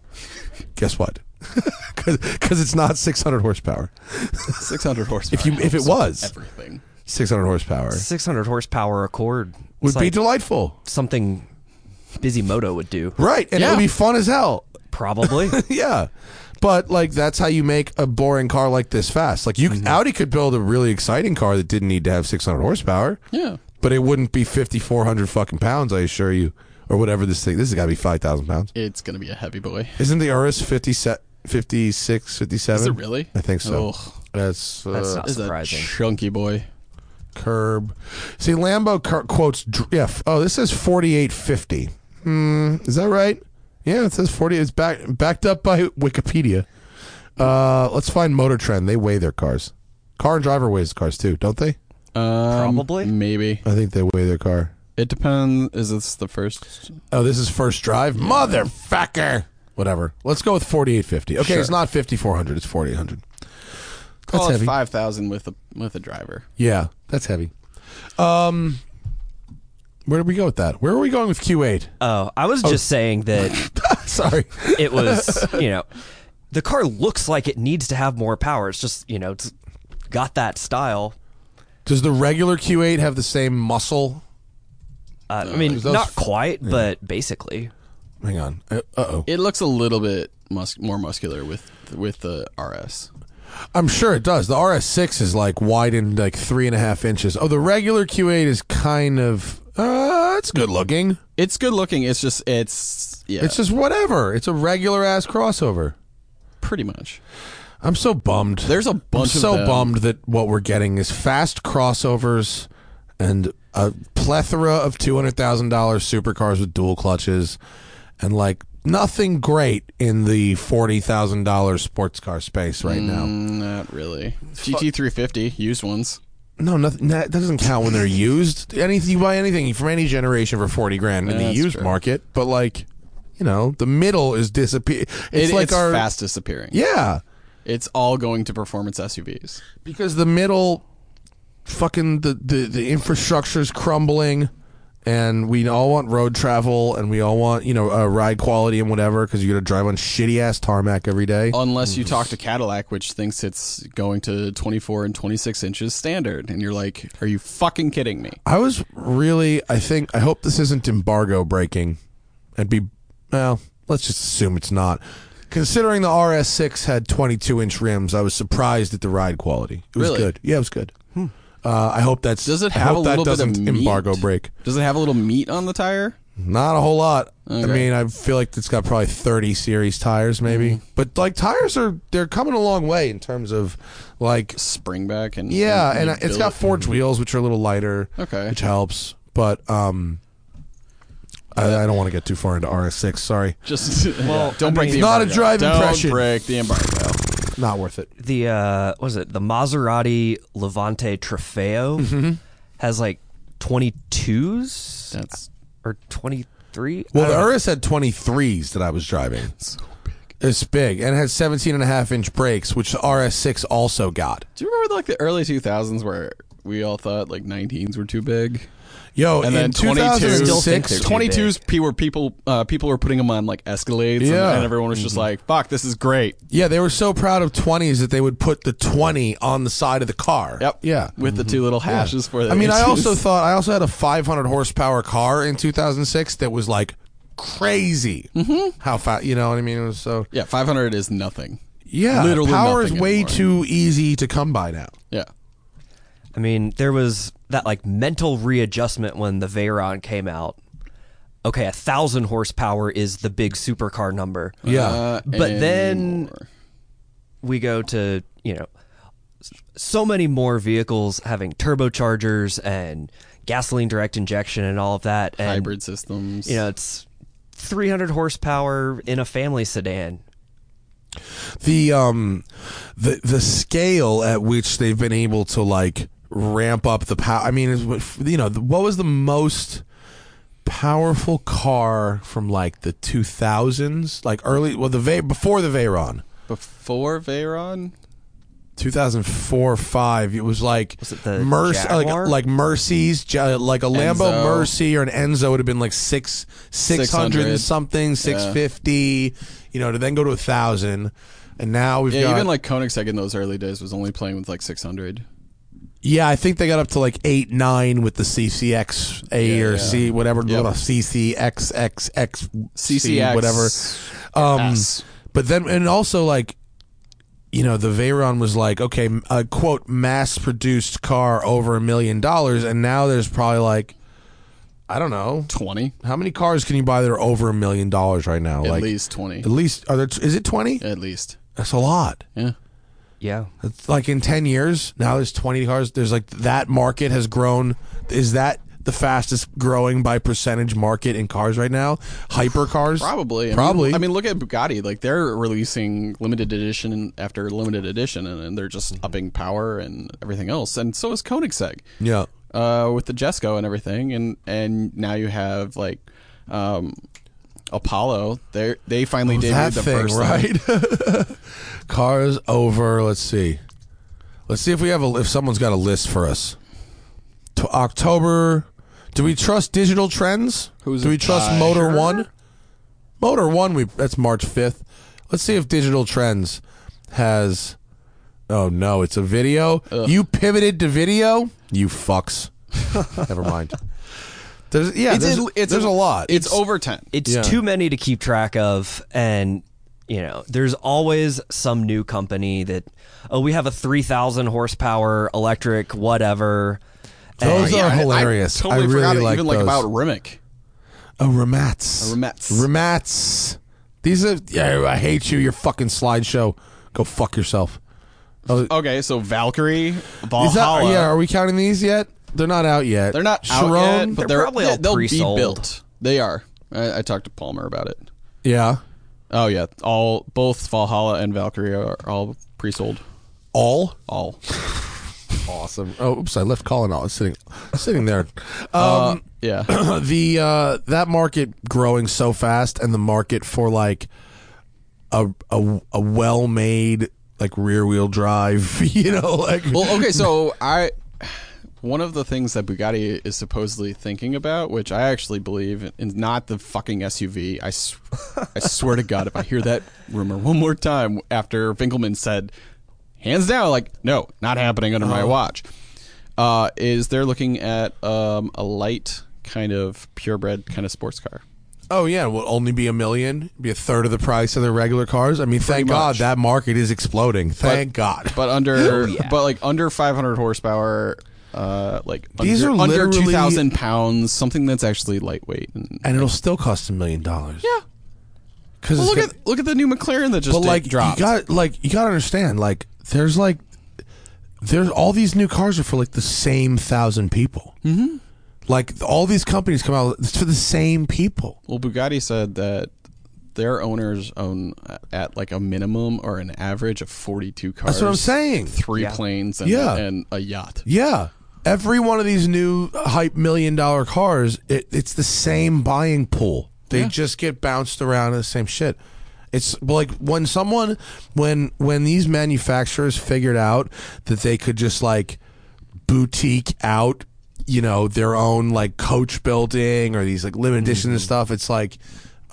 Speaker 2: Guess what? Because it's not 600 horsepower.
Speaker 3: 600 horsepower.
Speaker 2: If you- if it
Speaker 3: helps
Speaker 2: was.
Speaker 3: everything,
Speaker 2: 600 horsepower
Speaker 4: 600 horsepower Accord
Speaker 2: would
Speaker 4: It's
Speaker 2: be
Speaker 4: like
Speaker 2: delightful,
Speaker 4: something Busy Moto would do.
Speaker 2: right? And it
Speaker 3: Yeah.
Speaker 2: would be fun as hell.
Speaker 4: Probably.
Speaker 2: yeah. But like that's how you make a boring car like this fast. Like you,
Speaker 3: Mm-hmm.
Speaker 2: Audi could build a really exciting car that didn't need to have 600 horsepower.
Speaker 3: yeah,
Speaker 2: But it wouldn't be 5,400 fucking pounds, I assure you, or whatever this thing. This has got to be 5,000 pounds.
Speaker 3: it's gonna be a heavy boy.
Speaker 2: Isn't the RS 50 set, 56, 57?
Speaker 3: Is it really?
Speaker 2: I think so.
Speaker 3: Ugh,
Speaker 2: That's, uh,
Speaker 4: That's not
Speaker 3: this is a
Speaker 4: surprising.
Speaker 3: chunky boy.
Speaker 2: curb. See, Lambo car- quotes. dr- Yeah. f- Oh, this says 4850. Hmm. Is that right? Yeah, it says 40. It's back backed up by Wikipedia. Uh, let's find Motor Trend. They weigh their cars. Car and driver weighs cars too, don't they?
Speaker 3: Um,
Speaker 4: Probably.
Speaker 3: Maybe.
Speaker 2: I think they weigh their car.
Speaker 3: It depends. Is this the first?
Speaker 2: Oh, this is first drive, motherfucker. Whatever. Let's go with forty-eight fifty. Okay, it's not fifty-four hundred. It's forty-eight hundred. That's
Speaker 3: Call it
Speaker 2: heavy.
Speaker 3: five thousand with a with a driver.
Speaker 2: Yeah, that's heavy. Um, where did we go with that? Where are we going with Q eight?
Speaker 3: Uh,
Speaker 4: oh, I was just saying that
Speaker 2: Sorry.
Speaker 4: it was, you know, the car looks like it needs to have more power. It's just, you know, it's got that style.
Speaker 2: Does the regular Q eight have the same muscle?
Speaker 4: Uh, I mean,
Speaker 2: 'cause those-
Speaker 4: not quite, but basically.
Speaker 2: Hang on. Uh oh.
Speaker 3: It looks a little bit mus- more muscular with with the RS.
Speaker 2: I'm sure it does. The RS six is like widened like three and a half inches. Oh, the regular Q eight is kind of uh, it's good looking.
Speaker 3: It's good looking. It's just it's yeah.
Speaker 2: It's just whatever. It's a regular ass crossover.
Speaker 3: pretty much.
Speaker 2: I'm so bummed.
Speaker 3: There's a bunch
Speaker 2: I'm
Speaker 3: of
Speaker 2: so
Speaker 3: them.
Speaker 2: bummed that what we're getting is fast crossovers and a plethora of two hundred thousand dollars supercars with dual clutches, and like nothing great in the forty thousand dollars sports car space right
Speaker 3: Mm.
Speaker 2: now.
Speaker 3: Not really. GT 350 used ones.
Speaker 2: No, nothing that that doesn't count when they're used. Anything you buy anything from any generation for forty grand in the
Speaker 3: That's
Speaker 2: used
Speaker 3: true.
Speaker 2: market, but like you know, the middle is disappear. It's
Speaker 3: It-
Speaker 2: like
Speaker 3: it's
Speaker 2: our
Speaker 3: fast disappearing.
Speaker 2: yeah.
Speaker 3: It's all going to performance SUVs.
Speaker 2: because the middle fucking the, the the infrastructure's crumbling and we all want road travel and we all want you know uh, ride quality and whatever because you're gonna drive on shitty ass tarmac every day
Speaker 3: Unless you talk to Cadillac, which thinks it's going to 24 and 26 inches standard. And you're like, are you fucking kidding me?
Speaker 2: i was really i think i hope this isn't embargo breaking and be well let's just assume it's not considering the rs6 had 22 inch rims i was surprised at the ride quality it was
Speaker 3: Really? Hmm.
Speaker 2: good yeah it was good uh, i hope that's
Speaker 3: Does it
Speaker 2: I
Speaker 3: have
Speaker 2: hope
Speaker 3: a little
Speaker 2: that
Speaker 3: bit of
Speaker 2: doesn't
Speaker 3: meat?
Speaker 2: embargo break
Speaker 3: Does it have a little meat on the tire?
Speaker 2: Not a whole lot. I
Speaker 3: Okay.
Speaker 2: mean, I feel like it's got probably 30 series tires, maybe. But like tires are they're coming a long way in terms of like
Speaker 3: Spring back and
Speaker 2: yeah, and
Speaker 3: you
Speaker 2: it's
Speaker 3: build-
Speaker 2: got forged wheels, which are a little lighter,
Speaker 3: Okay.
Speaker 2: which helps. But um, I, I don't want to get too far into RS6. Sorry,
Speaker 3: Just well, don't
Speaker 4: I
Speaker 3: break the
Speaker 4: mean-
Speaker 2: Not a
Speaker 3: embargo.
Speaker 2: driving
Speaker 3: Don't
Speaker 2: impression.
Speaker 3: break the embargo.
Speaker 2: not worth it.
Speaker 4: the uh what is it the Maserati Levante Trofeo has like 22s
Speaker 3: That's
Speaker 4: or 23
Speaker 2: Well, the Urus had 23s that I was driving.
Speaker 3: so big.
Speaker 2: It's big and it had 17 and a half inch brakes, which the RS6 also got.
Speaker 3: Do you remember like the early 2000s where we all thought like 19s were too big?
Speaker 2: Yo,
Speaker 3: And
Speaker 2: in
Speaker 3: then 22s,
Speaker 4: Still think
Speaker 2: 2006,
Speaker 4: they're-
Speaker 3: 22s pe- were people uh, people were putting them on like Escalades and-
Speaker 2: Yeah.
Speaker 3: and, everyone was just like, "Fuck, this is great."
Speaker 2: yeah, they were so proud of 20s that they would put the 20 on the side of the car.
Speaker 3: Yep.
Speaker 2: Yeah.
Speaker 3: With the two little hashes for the
Speaker 2: I mean, I
Speaker 3: inches.
Speaker 2: also thought I also had a 500 horsepower car in 2006 that was like crazy. Mm-hmm. How fast, you know what I mean? It was so
Speaker 3: Yeah, 500 is nothing.
Speaker 2: yeah.
Speaker 3: Literally
Speaker 2: power is
Speaker 3: nothing
Speaker 2: way
Speaker 3: anymore.
Speaker 2: too easy to come by now.
Speaker 3: Yeah.
Speaker 4: I mean there was that like mental readjustment when the Veyron came out okay a thousand horsepower is the big supercar number
Speaker 2: Yeah.
Speaker 3: Uh,
Speaker 4: But
Speaker 3: and
Speaker 4: then-
Speaker 3: more.
Speaker 4: we go to you know s- so many more vehicles having turbochargers and gasoline direct injection and all of that and
Speaker 3: hybrid systems.
Speaker 4: you know it's 300 horsepower in a family sedan
Speaker 2: the um the the scale at which they've been able to like ramp up the power. I mean, is what you know. What was the most powerful car from like the 2000s, like early? Well, the Ve- before the Veyron,
Speaker 3: before Veyron,
Speaker 2: 2004 five. It was like
Speaker 4: Was it the
Speaker 2: Merc- like
Speaker 4: Jaguar?
Speaker 2: like Mercy's Ja- like a Lambo
Speaker 3: Enzo.
Speaker 2: Mercy or an Enzo would have been like six six hundred
Speaker 3: 600.
Speaker 2: and something, six fifty. You know, to then go to a thousand. And now we've
Speaker 3: yeah,
Speaker 2: got
Speaker 3: even like Koenigsegg in those early days was only playing with like 600.
Speaker 2: Yeah, I think they got up to like eight, nine with the CCX A
Speaker 3: Yeah,
Speaker 2: or
Speaker 3: yeah.
Speaker 2: C, whatever,
Speaker 3: Yep.
Speaker 2: little CCXXX,
Speaker 3: CCX,
Speaker 2: whatever. Um,
Speaker 3: S.
Speaker 2: but then, and also like, you know, the Veyron was like, okay, m- a quote mass produced car over a million dollars, and now there's probably like, I don't know,
Speaker 3: 20
Speaker 2: how many cars can you buy that are over a million dollars right now?
Speaker 3: at
Speaker 2: like
Speaker 3: least 20
Speaker 2: at least are there? T- is it twenty?
Speaker 3: at least.
Speaker 2: That's a lot.
Speaker 3: Yeah.
Speaker 4: yeah
Speaker 2: It's like in 10 years now there's 20 cars there's like that market has grown is that the fastest growing by percentage market in cars right now hyper cars
Speaker 3: Probably. I mean-
Speaker 2: probably
Speaker 3: I mean, look at Bugatti. Like they're releasing limited edition after limited edition, and, and they're just
Speaker 2: Mm-hmm.
Speaker 3: upping power and everything else. And so is Koenigsegg
Speaker 2: yeah
Speaker 3: uh, with the Jesco and everything. And and now you have like um, Apollo. They they finally did
Speaker 2: Oh, that
Speaker 3: the
Speaker 2: thing
Speaker 3: first
Speaker 2: right cars over let's see let's see if we have a if someone's got a list for us to october do we trust digital trends
Speaker 3: Who's
Speaker 2: do we
Speaker 3: it
Speaker 2: trust
Speaker 3: by?
Speaker 2: motor one motor one we that's march 5th let's see if digital trends has oh no it's a video you pivoted to video you fucks never mind there's yeah
Speaker 3: It's
Speaker 2: there's,
Speaker 3: a- it's
Speaker 2: there's a, lot
Speaker 3: It's, over ten.
Speaker 4: it's
Speaker 2: Yeah.
Speaker 4: too many to keep track of and you know there's always some new company that oh we have a 3000 horsepower electric whatever
Speaker 2: Those
Speaker 4: And-
Speaker 2: are
Speaker 3: I-
Speaker 2: hilarious.
Speaker 3: I, totally
Speaker 2: I
Speaker 3: forgot
Speaker 2: really
Speaker 3: it,
Speaker 2: like
Speaker 3: even like
Speaker 2: those.
Speaker 3: about Rimic.
Speaker 2: Oh, Ramats.
Speaker 3: A Ramats.
Speaker 2: Ramats. These are. Yeah, I hate you. Your fucking slideshow. Go fuck yourself. Oh,
Speaker 3: Okay, so Valkyrie,
Speaker 2: is that,
Speaker 3: Valhalla.
Speaker 2: yeah, are we counting these yet? They're not out yet.
Speaker 3: They're not
Speaker 2: Sharon.
Speaker 3: out yet, but
Speaker 4: They're
Speaker 3: they're,
Speaker 4: probably all
Speaker 3: they'll
Speaker 4: pre-sold.
Speaker 3: be built. They are. I, I talked to Palmer about it.
Speaker 2: yeah.
Speaker 3: Oh yeah, all both Valhalla and Valkyrie are all pre-sold.
Speaker 2: All
Speaker 3: All.
Speaker 2: awesome. Oh, oops! I left Colin out. It's sitting, sitting there.
Speaker 3: Uh,
Speaker 2: Um,
Speaker 3: yeah.
Speaker 2: the uh, that market growing so fast, and the market for like a a, a well made like rear wheel drive. You know, like
Speaker 3: Well, okay, so I one of the things that Bugatti is supposedly thinking about, which I actually believe is not the fucking SUV. I, s- I swear to God, if I hear that rumor one more time after Finkelman said, hands down, like, no, not happening under
Speaker 2: Oh.
Speaker 3: my watch, uh, is they're looking at um, a light kind of purebred kind of sports car.
Speaker 2: Oh yeah, it will only be a million, be a third of the price of the regular cars. I mean, thank God
Speaker 3: much.
Speaker 2: that market is exploding. Thank God.
Speaker 3: But under, but like under 500 horsepower. Uh, like
Speaker 2: These
Speaker 3: under,
Speaker 2: are
Speaker 3: under
Speaker 2: literally-
Speaker 3: 2,000 pounds, something that's actually lightweight and
Speaker 2: and it'll still cost a million dollars.
Speaker 3: Yeah.
Speaker 2: Cuz
Speaker 3: Well, look at look at the new McLaren that just
Speaker 2: but
Speaker 3: like
Speaker 2: like
Speaker 3: dropped.
Speaker 2: you got like you got to understand like there's
Speaker 3: Mm-hmm.
Speaker 2: like there's all these new cars are for like the same 1000 people. Mhm. Like all these companies come out it's for the same people.
Speaker 3: Well, Bugatti said that their owners own uh, at like a minimum or an average of 42 cars.
Speaker 2: That's what I'm saying.
Speaker 3: Three planes and,
Speaker 2: Yeah.
Speaker 3: and a yacht.
Speaker 2: Yeah. Every one of these new hype million dollar cars, it, it's the same buying pool. They just get bounced around in the same shit. It's like when someone when when these manufacturers figured out that they could just like boutique out, you know, their own like coach building or these like limited edition
Speaker 3: Mm-hmm.
Speaker 2: and stuff, it's like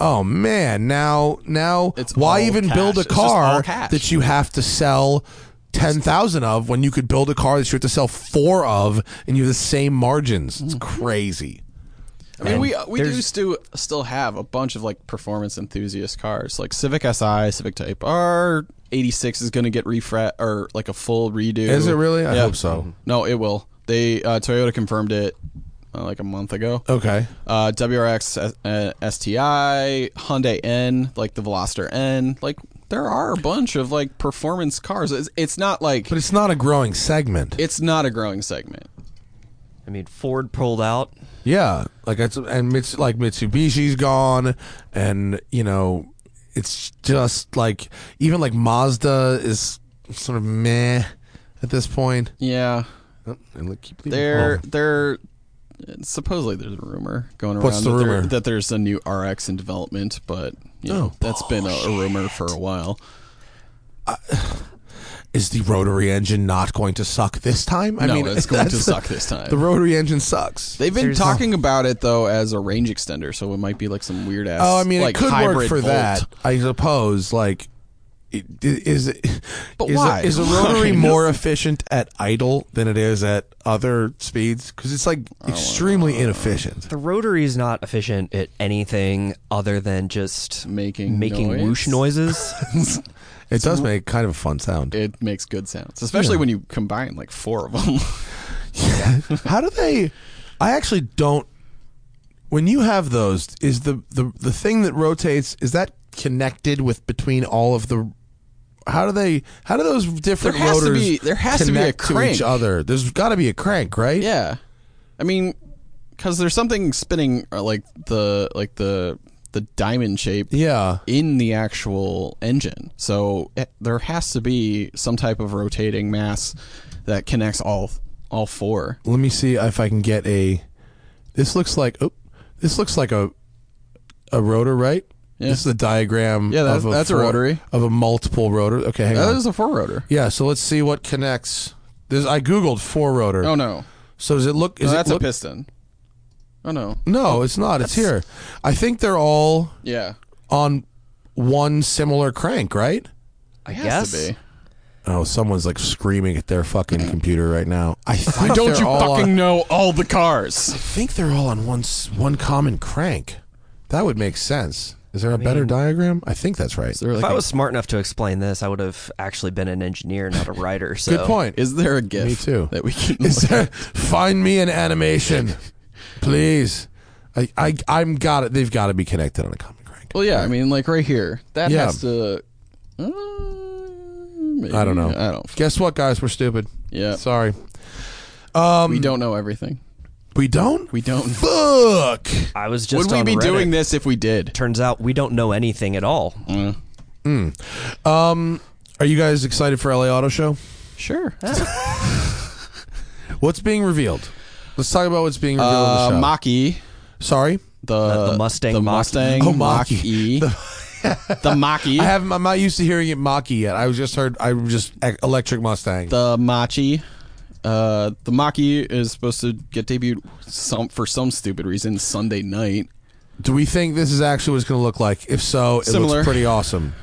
Speaker 2: Oh man! Now, now,
Speaker 3: It's
Speaker 2: why
Speaker 3: all
Speaker 2: even build a
Speaker 3: cash. It's just all
Speaker 2: car
Speaker 3: cash.
Speaker 2: that you have to sell 10,000 of when you could build a car that you have to sell four of and you have the same margins. It's crazy.
Speaker 3: I mean, we uh, we used to still have a bunch of like performance enthusiast cars, like Civic Si, Civic Type R. 86 is going to get refret or like a full redo.
Speaker 2: Is it really? I
Speaker 3: Yeah. Mm-hmm.
Speaker 2: hope so.
Speaker 3: No, it will. They uh, Toyota confirmed it uh, like a month ago.
Speaker 2: Okay.
Speaker 3: Uh, WRX uh, STI, Hyundai N, like the Veloster N, like there are a bunch of like performance cars. It's, it's not like
Speaker 2: But it's not a growing segment.
Speaker 3: it's not a growing segment.
Speaker 4: I mean, Ford pulled out.
Speaker 2: yeah. Like it's and Mits, like Mitsubishi's gone and you know it's just like even like Mazda is sort of meh at this point.
Speaker 3: Yeah,
Speaker 2: Oh, and look, keep leaving.
Speaker 3: there,
Speaker 2: Oh.
Speaker 3: there. Supposedly, there's a rumor going around
Speaker 2: What's the
Speaker 3: that, there-
Speaker 2: rumor?
Speaker 3: that there's a new RX in development, but you know,
Speaker 2: Oh,
Speaker 3: that's been a, a rumor for a while.
Speaker 2: Is the rotary engine not going to suck this time? I
Speaker 3: No,
Speaker 2: mean,
Speaker 3: it's going to
Speaker 2: that's-
Speaker 3: suck this time.
Speaker 2: The rotary engine sucks.
Speaker 3: They've been
Speaker 4: There's-
Speaker 3: talking about it though as a range extender, so it might be like some weird ass.
Speaker 2: Oh, I mean,
Speaker 3: like,
Speaker 2: it could work
Speaker 3: hybrid
Speaker 2: for
Speaker 3: Volt.
Speaker 2: that, I suppose. Like, i- i- is it?
Speaker 3: But
Speaker 2: is
Speaker 3: why?
Speaker 2: A, is a
Speaker 3: Why?
Speaker 2: rotary more efficient at idle than it is at other speeds? Because it's like extremely inefficient.
Speaker 4: The rotary is not efficient at anything other than just
Speaker 3: Making
Speaker 4: making
Speaker 3: noise.
Speaker 4: whoosh noises.
Speaker 2: It does make kind of a fun sound.
Speaker 3: it makes good sounds, especially when you combine like four of them.
Speaker 2: How do they? I actually don't. When you have those, is the the the thing that rotates is that connected with between all of the? How do they? How do those different
Speaker 3: There has to
Speaker 2: rotors
Speaker 3: be- there has to be a
Speaker 2: connect to
Speaker 3: crank.
Speaker 2: each other? There's got to be a crank, right?
Speaker 3: yeah, I mean, because there's something spinning uh, like the like the the diamond shape
Speaker 2: Yeah.
Speaker 3: in the actual engine, so it, there has to be some type of rotating mass that connects all all four.
Speaker 2: let me see if I can get a. This looks like oop, this looks like a a rotor, right?
Speaker 3: Yeah.
Speaker 2: This is a diagram.
Speaker 3: Yeah, that's-
Speaker 2: of a
Speaker 3: that's a
Speaker 2: four-
Speaker 3: rotary.
Speaker 2: of a multiple rotor. Okay, hang
Speaker 3: That
Speaker 2: on.
Speaker 3: Oh, is a four rotor.
Speaker 2: yeah, so let's see what connects. There's I googled four rotor.
Speaker 3: Oh no,
Speaker 2: So does it look? Is
Speaker 3: no
Speaker 2: it
Speaker 3: that's
Speaker 2: look-
Speaker 3: a piston. Oh no,
Speaker 2: No, it's not. It's here. I think they're all
Speaker 3: yeah,
Speaker 2: on one similar crank, right?
Speaker 4: I
Speaker 3: it has
Speaker 4: guess.
Speaker 3: to be.
Speaker 2: Oh, someone's like screaming at their fucking computer right now. I think they're all on-
Speaker 3: know all the cars?
Speaker 2: think they're all on one s- one common crank. That would make sense. Is there a better diagram? I think that's right.
Speaker 4: If I was smart enough to explain this, I would have actually been an engineer, not a writer. So
Speaker 2: Good point.
Speaker 3: uh, Is there a GIF?
Speaker 2: Me too.
Speaker 3: That we can.
Speaker 2: Is
Speaker 3: look
Speaker 2: there,
Speaker 3: at?
Speaker 2: find me an animation, please. I, I I'm got it. They've got to be connected on a common crank.
Speaker 3: Well, yeah. I mean, like right here. That
Speaker 2: Yeah.
Speaker 3: has to. Uh,
Speaker 2: I don't know.
Speaker 3: I don't.
Speaker 2: Guess what, guys? We're stupid.
Speaker 3: Yeah.
Speaker 2: Sorry. Um,
Speaker 3: we don't know everything.
Speaker 2: We don't.
Speaker 3: We don't. know.
Speaker 2: Fuck.
Speaker 4: I was just
Speaker 3: Would we
Speaker 4: on
Speaker 3: be
Speaker 4: Reddit.
Speaker 3: doing this if we did?
Speaker 4: Turns out we don't know anything at all.
Speaker 2: Are you guys excited for LA Auto Show?
Speaker 3: Sure.
Speaker 2: What's being revealed? Let's talk about what's being revealed.
Speaker 3: Uh,
Speaker 2: in the show.
Speaker 3: Mach-E,
Speaker 2: Sorry,
Speaker 3: the,
Speaker 4: Uh, the Mustang
Speaker 3: the
Speaker 4: Mach-E.
Speaker 3: Mustang,
Speaker 2: Oh, Mach-E.
Speaker 3: Mach-E, the Mach-E,
Speaker 2: I haven't. I'm not used to hearing it Maki yet. I just heard. I just e, electric Mustang.
Speaker 3: the Machi. Uh, the Mach-E is supposed to get debuted some for some stupid reason Sunday night.
Speaker 2: Do we think this is actually what it's going to look like? If so, it
Speaker 3: Similar.
Speaker 2: looks pretty awesome.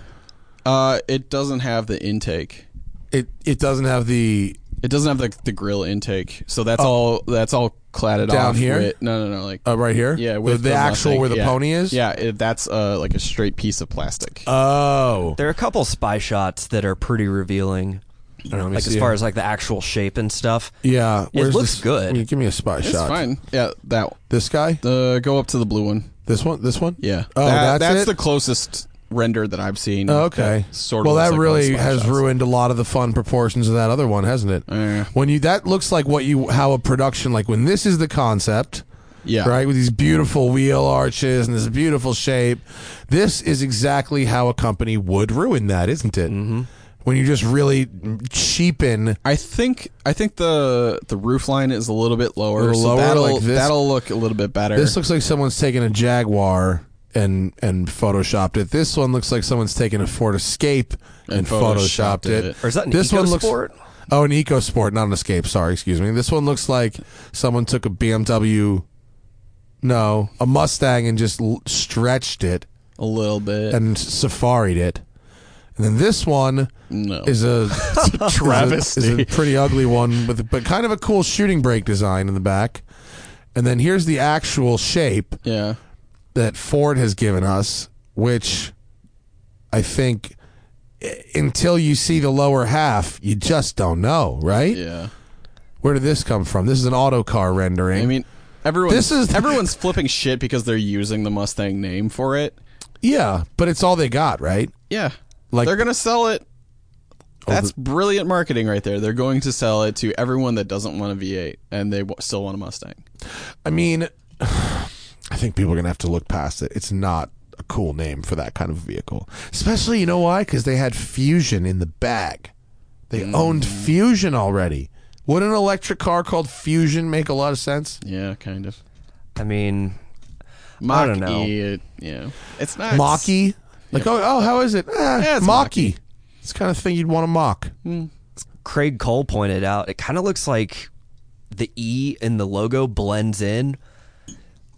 Speaker 3: Uh, it doesn't have the intake.
Speaker 2: It it doesn't have the
Speaker 3: It doesn't have the the grill intake, so that's all that's all cladded
Speaker 2: Oh. Down
Speaker 3: off
Speaker 2: here?
Speaker 3: With, no, no, no, like
Speaker 2: uh, right here.
Speaker 3: yeah,
Speaker 2: the,
Speaker 3: with
Speaker 2: the actual
Speaker 3: Mustang,
Speaker 2: where the
Speaker 3: yeah.
Speaker 2: pony is.
Speaker 3: Yeah, it, that's uh like a straight piece of plastic.
Speaker 2: Oh,
Speaker 4: There are a couple spy shots that are pretty revealing,
Speaker 2: I don't know, let me
Speaker 4: like as
Speaker 2: see.
Speaker 4: far as like the actual shape and stuff.
Speaker 2: yeah, where's
Speaker 4: looks
Speaker 2: this?
Speaker 4: good.
Speaker 2: Will you give me a spy
Speaker 3: it's
Speaker 2: shot.
Speaker 3: fine. Yeah, that
Speaker 2: This guy.
Speaker 3: the go up to the blue one.
Speaker 2: This one. This one.
Speaker 3: Yeah,
Speaker 2: Oh,
Speaker 3: That-
Speaker 2: that's, it?
Speaker 3: the closest render that I've seen.
Speaker 2: Oh, okay.
Speaker 3: that sort of
Speaker 2: well,
Speaker 3: looks
Speaker 2: that
Speaker 3: like
Speaker 2: really
Speaker 3: those flash
Speaker 2: has
Speaker 3: shots.
Speaker 2: ruined a lot of the fun proportions of that other one, hasn't it?
Speaker 3: Oh, Yeah.
Speaker 2: When you that looks like what you how a production like when this is the concept,
Speaker 3: Yeah.
Speaker 2: Right? With these beautiful wheel arches and this beautiful shape. This is exactly how a company would ruin that, isn't it? Mm-hmm. When you just really cheapen.
Speaker 3: I think I think the the roof line is a little bit lower.
Speaker 2: Little
Speaker 3: so
Speaker 2: lower,
Speaker 3: that'll
Speaker 2: like this.
Speaker 3: that'll look a little bit better.
Speaker 2: This looks like someone's taken a Jaguar and and photoshopped it. This one looks like someone's taken a Ford Escape and, photoshopped, it.
Speaker 4: Or is that an
Speaker 2: this one looks
Speaker 4: EcoSport?
Speaker 2: Oh, an EcoSport, not an Escape. Sorry, excuse me. This one looks like someone took a BMW, no, a Mustang and just l- stretched it
Speaker 3: a little bit.
Speaker 2: and safaried it. And then this one
Speaker 3: no.
Speaker 2: is a
Speaker 3: travesty.
Speaker 2: Is a, is a pretty ugly one with but kind of a cool shooting brake design in the back. And then here's the actual shape
Speaker 3: yeah.
Speaker 2: that Ford has given us, which I think i- until you see the lower half, you just don't know, right?
Speaker 3: Yeah.
Speaker 2: Where did this come from? This is an auto car rendering.
Speaker 3: I mean everyone
Speaker 2: This is-
Speaker 3: everyone's flipping shit because they're using the Mustang name for it.
Speaker 2: yeah, but it's all they got, right?
Speaker 3: Yeah.
Speaker 2: Like-
Speaker 3: they're gonna sell it. That's brilliant marketing right there. They're going to sell it to everyone that doesn't want a V8 and they w- still want a Mustang.
Speaker 2: I mean, I think people are going to have to look past it. It's not a cool name for that kind of vehicle. Especially, you know why? Because they had Fusion in the bag. They owned
Speaker 3: Mm.
Speaker 2: Fusion already. Would an electric car called Fusion make a lot of sense?
Speaker 3: Yeah, kind of.
Speaker 4: I mean,
Speaker 3: Mach
Speaker 4: don't know.
Speaker 3: E, it- yeah, it's not
Speaker 2: mocky. Like, oh, oh, how is it? Ah,
Speaker 3: Yeah, it's Mm.
Speaker 2: mocky. It's the kind of thing you'd want to mock.
Speaker 4: Craig Cole pointed out, it kind of looks like the E in the logo blends in,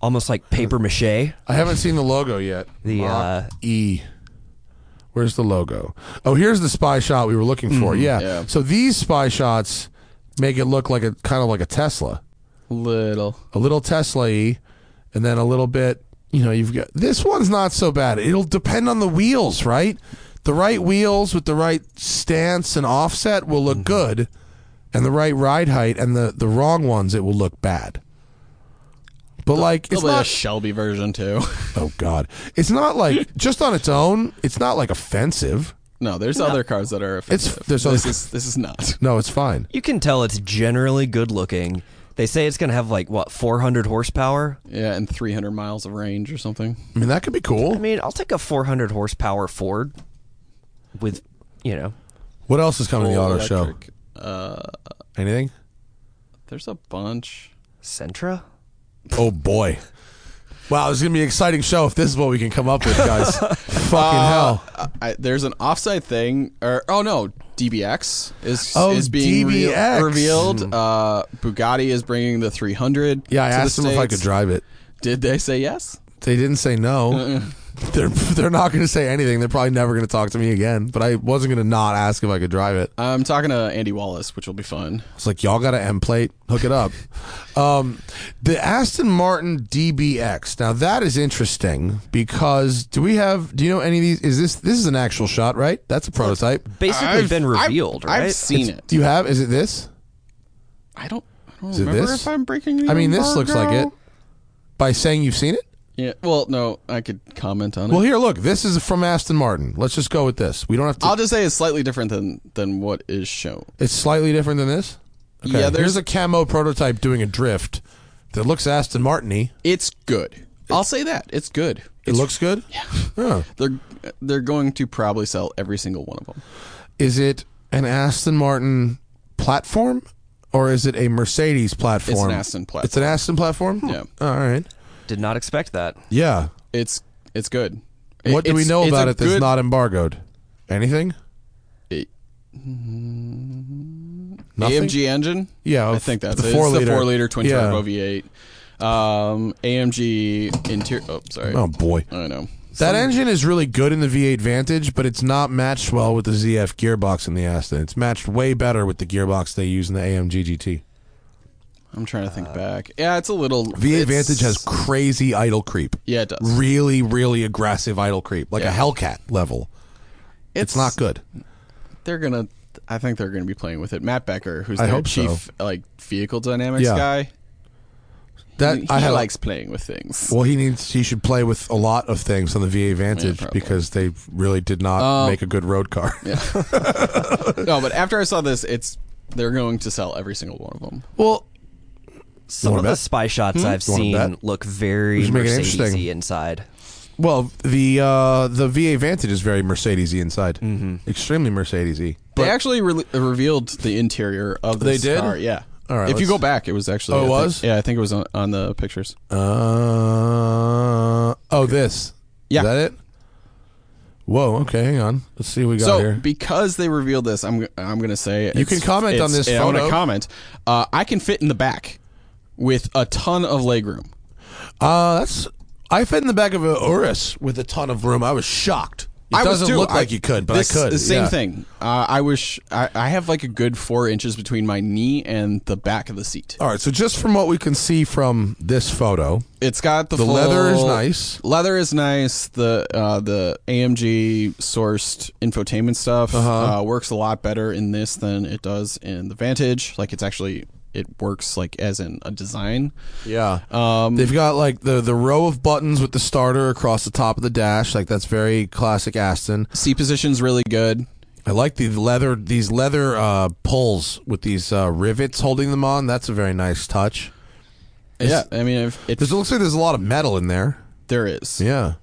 Speaker 4: almost like paper mache.
Speaker 2: I haven't seen the logo yet.
Speaker 4: The, uh,
Speaker 2: E. Where's the logo? Oh, here's the spy shot we were looking for. Yeah.
Speaker 3: yeah.
Speaker 2: So these spy shots make it look like a kind of like a Tesla,
Speaker 3: little.
Speaker 2: a little Tesla E, and then a little bit. You know, you've got this one's not so bad. It'll depend on the wheels, right? The right wheels with the right stance and offset will look
Speaker 4: Mm-hmm.
Speaker 2: good, and the right ride height and the the wrong ones it will look bad. But like it's
Speaker 3: Probably a
Speaker 2: not
Speaker 3: Shelby version too.
Speaker 2: Oh God! It's not like just on its own. It's not like offensive.
Speaker 3: no, there's other cars that are
Speaker 2: It's-
Speaker 3: offensive.
Speaker 2: there's
Speaker 3: this
Speaker 2: other-
Speaker 3: is this is not.
Speaker 2: No, it's fine.
Speaker 4: You can tell it's generally good looking. They say it's going to have like, what, 400 horsepower?
Speaker 3: Yeah, and 300 miles of range or something.
Speaker 2: I mean, that could be
Speaker 4: I
Speaker 2: cool.
Speaker 4: mean, I'll take a 400 horsepower Ford with, you know,
Speaker 2: What else is coming to the auto show?
Speaker 3: Electric. Uh,
Speaker 2: Anything?
Speaker 3: there's a bunch.
Speaker 4: Sentra?
Speaker 2: Oh boy! Wow, this is gonna be an exciting show if this is what we can come up with, guys. Fucking hell!
Speaker 3: Uh, I, there's an offside thing, or oh no, DBX is
Speaker 2: Oh,
Speaker 3: is being re-
Speaker 2: DBX.
Speaker 3: revealed. Uh, Bugatti is bringing the 300.
Speaker 2: Hmm. Yeah, I
Speaker 3: to the
Speaker 2: asked them if I could
Speaker 3: States.
Speaker 2: drive it.
Speaker 3: Did they say yes?
Speaker 2: They didn't say no. they're they're not gonna say anything. They're probably never gonna talk to me again. But I wasn't gonna not ask if I could drive it.
Speaker 3: I'm talking to Andy Wallace, which will be fun.
Speaker 2: It's like y'all got an M plate, hook it up. um, the Aston Martin DBX. Now that is interesting because do we have? Do you know any of these? Is this this is an actual shot, right? That's a prototype.
Speaker 4: Basically
Speaker 3: I've-
Speaker 4: been
Speaker 3: I've-
Speaker 4: revealed,
Speaker 3: I've,
Speaker 4: right?
Speaker 3: seen it.
Speaker 2: Do you have? Is it this?
Speaker 3: I don't. I don't
Speaker 2: it
Speaker 3: remember
Speaker 2: this?
Speaker 3: if I'm breaking. The
Speaker 2: I mean, this looks like it.
Speaker 3: embargo.
Speaker 2: By saying you've seen it.
Speaker 3: Yeah. Well, no, I could comment on it.
Speaker 2: Well, here, look. This is from Aston Martin. Let's just go with this. We don't have to.
Speaker 3: I'll just say it's slightly different than than what is shown.
Speaker 2: it's slightly different than this. Okay.
Speaker 3: Yeah, there's
Speaker 2: Here's a camo prototype doing a drift that looks Aston Martin-y.
Speaker 3: It's good. I'll say that it's good.
Speaker 2: It looks good. Yeah.
Speaker 3: They're they're going to probably sell every single one of them.
Speaker 2: is it an Aston Martin platform or is it a Mercedes platform?
Speaker 3: It's an Aston platform.
Speaker 2: It's an Aston platform?
Speaker 3: Yeah.
Speaker 2: All right.
Speaker 4: Did not expect that.
Speaker 2: Yeah.
Speaker 3: It's it's good. It-
Speaker 2: What do we
Speaker 3: it's-
Speaker 2: know
Speaker 3: it's
Speaker 2: about
Speaker 3: a
Speaker 2: it that's
Speaker 3: good-
Speaker 2: not embargoed? Anything?
Speaker 3: it-
Speaker 2: Nothing?
Speaker 3: AMG engine?
Speaker 2: Yeah,
Speaker 3: I
Speaker 2: of-
Speaker 3: think that's
Speaker 2: the
Speaker 3: it.
Speaker 2: four
Speaker 3: it's
Speaker 2: liter.
Speaker 3: the four liter twin
Speaker 2: Yeah.
Speaker 3: turbo V8. Um, AMG interior. Oh, sorry.
Speaker 2: Oh boy.
Speaker 3: I know.
Speaker 2: That engine is really good in the V8 Vantage, but it's not matched well with the ZF gearbox in the Aston. It's matched way better with the gearbox they use in the AMG GT.
Speaker 3: I'm trying to think back. Yeah, it's a little
Speaker 2: V8
Speaker 3: it's-
Speaker 2: Vantage has crazy idle creep.
Speaker 3: Yeah, it does.
Speaker 2: Really, really aggressive idle creep, like a
Speaker 3: Yeah.
Speaker 2: Hellcat level. It's not good.
Speaker 3: They're gonna. I think they're gonna be playing with it. Matt Becker, who's
Speaker 2: I
Speaker 3: their
Speaker 2: hope so.
Speaker 3: chief like vehicle dynamics
Speaker 2: Yeah.
Speaker 3: guy.
Speaker 2: That
Speaker 3: He, he
Speaker 2: I had
Speaker 3: likes playing with things.
Speaker 2: Well, he needs. He should play with a lot of things on the VA Vantage
Speaker 3: probably. Um,
Speaker 2: because they really did not make a good road car.
Speaker 3: no, but after I saw this, it's they're going to sell every single one of them.
Speaker 2: Well,
Speaker 4: Some
Speaker 2: wanna
Speaker 4: of the
Speaker 2: bet? Hmm?
Speaker 4: spy shots I've
Speaker 2: You wanna
Speaker 4: seen
Speaker 2: bet?
Speaker 4: look very
Speaker 2: should make it interesting.
Speaker 4: Mercedes inside.
Speaker 2: Well, the uh, the VA Vantage is very Mercedes-y inside, mm-hmm. extremely Mercedes-y.
Speaker 3: they actually re- revealed the interior of the
Speaker 2: They did?
Speaker 3: car. Yeah.
Speaker 2: All right,
Speaker 3: if you
Speaker 2: let's-
Speaker 3: go back, it was actually.
Speaker 2: Oh, it
Speaker 3: I think-
Speaker 2: was?
Speaker 3: yeah, I think it was on, on the pictures.
Speaker 2: Uh, oh, this.
Speaker 3: Yeah.
Speaker 2: Is that it? Whoa. Okay, hang on. Let's see what we got
Speaker 3: so
Speaker 2: here.
Speaker 3: because they revealed this, I'm I'm gonna say it's-
Speaker 2: can comment on
Speaker 3: it's-
Speaker 2: this
Speaker 3: yeah, I'm
Speaker 2: photo.
Speaker 3: gonna comment. Uh, I can fit in the back with a ton of legroom.
Speaker 2: Uh, that's. I fit in the back of a Urus with a ton of room. I was shocked. It
Speaker 3: I was
Speaker 2: doesn't
Speaker 3: too.
Speaker 2: look
Speaker 3: I-
Speaker 2: like you could, but
Speaker 3: this-
Speaker 2: I could.
Speaker 3: The same
Speaker 2: yeah.
Speaker 3: thing. Uh, I wish I, I have like a good four inches between my knee and the back of the seat.
Speaker 2: All right. So just from what we can see from this photo,
Speaker 3: It's got the,
Speaker 2: The leather is
Speaker 3: full-
Speaker 2: nice.
Speaker 3: Leather is nice. The uh, the AMG sourced infotainment stuff
Speaker 2: Uh-huh.
Speaker 3: uh works a lot better in this than it does in the Vantage. Like it's actually it works like as in a design.
Speaker 2: yeah, um, they've got like the the row of buttons with the starter across the top of the dash. Like that's very classic Aston.
Speaker 3: Seat position's really good.
Speaker 2: I like the leather these leather uh, pulls with these uh, rivets holding them on. That's a very nice touch.
Speaker 3: yeah, I mean if it,
Speaker 2: There's, it looks like there's a lot of metal in there.
Speaker 3: there is.
Speaker 2: Yeah,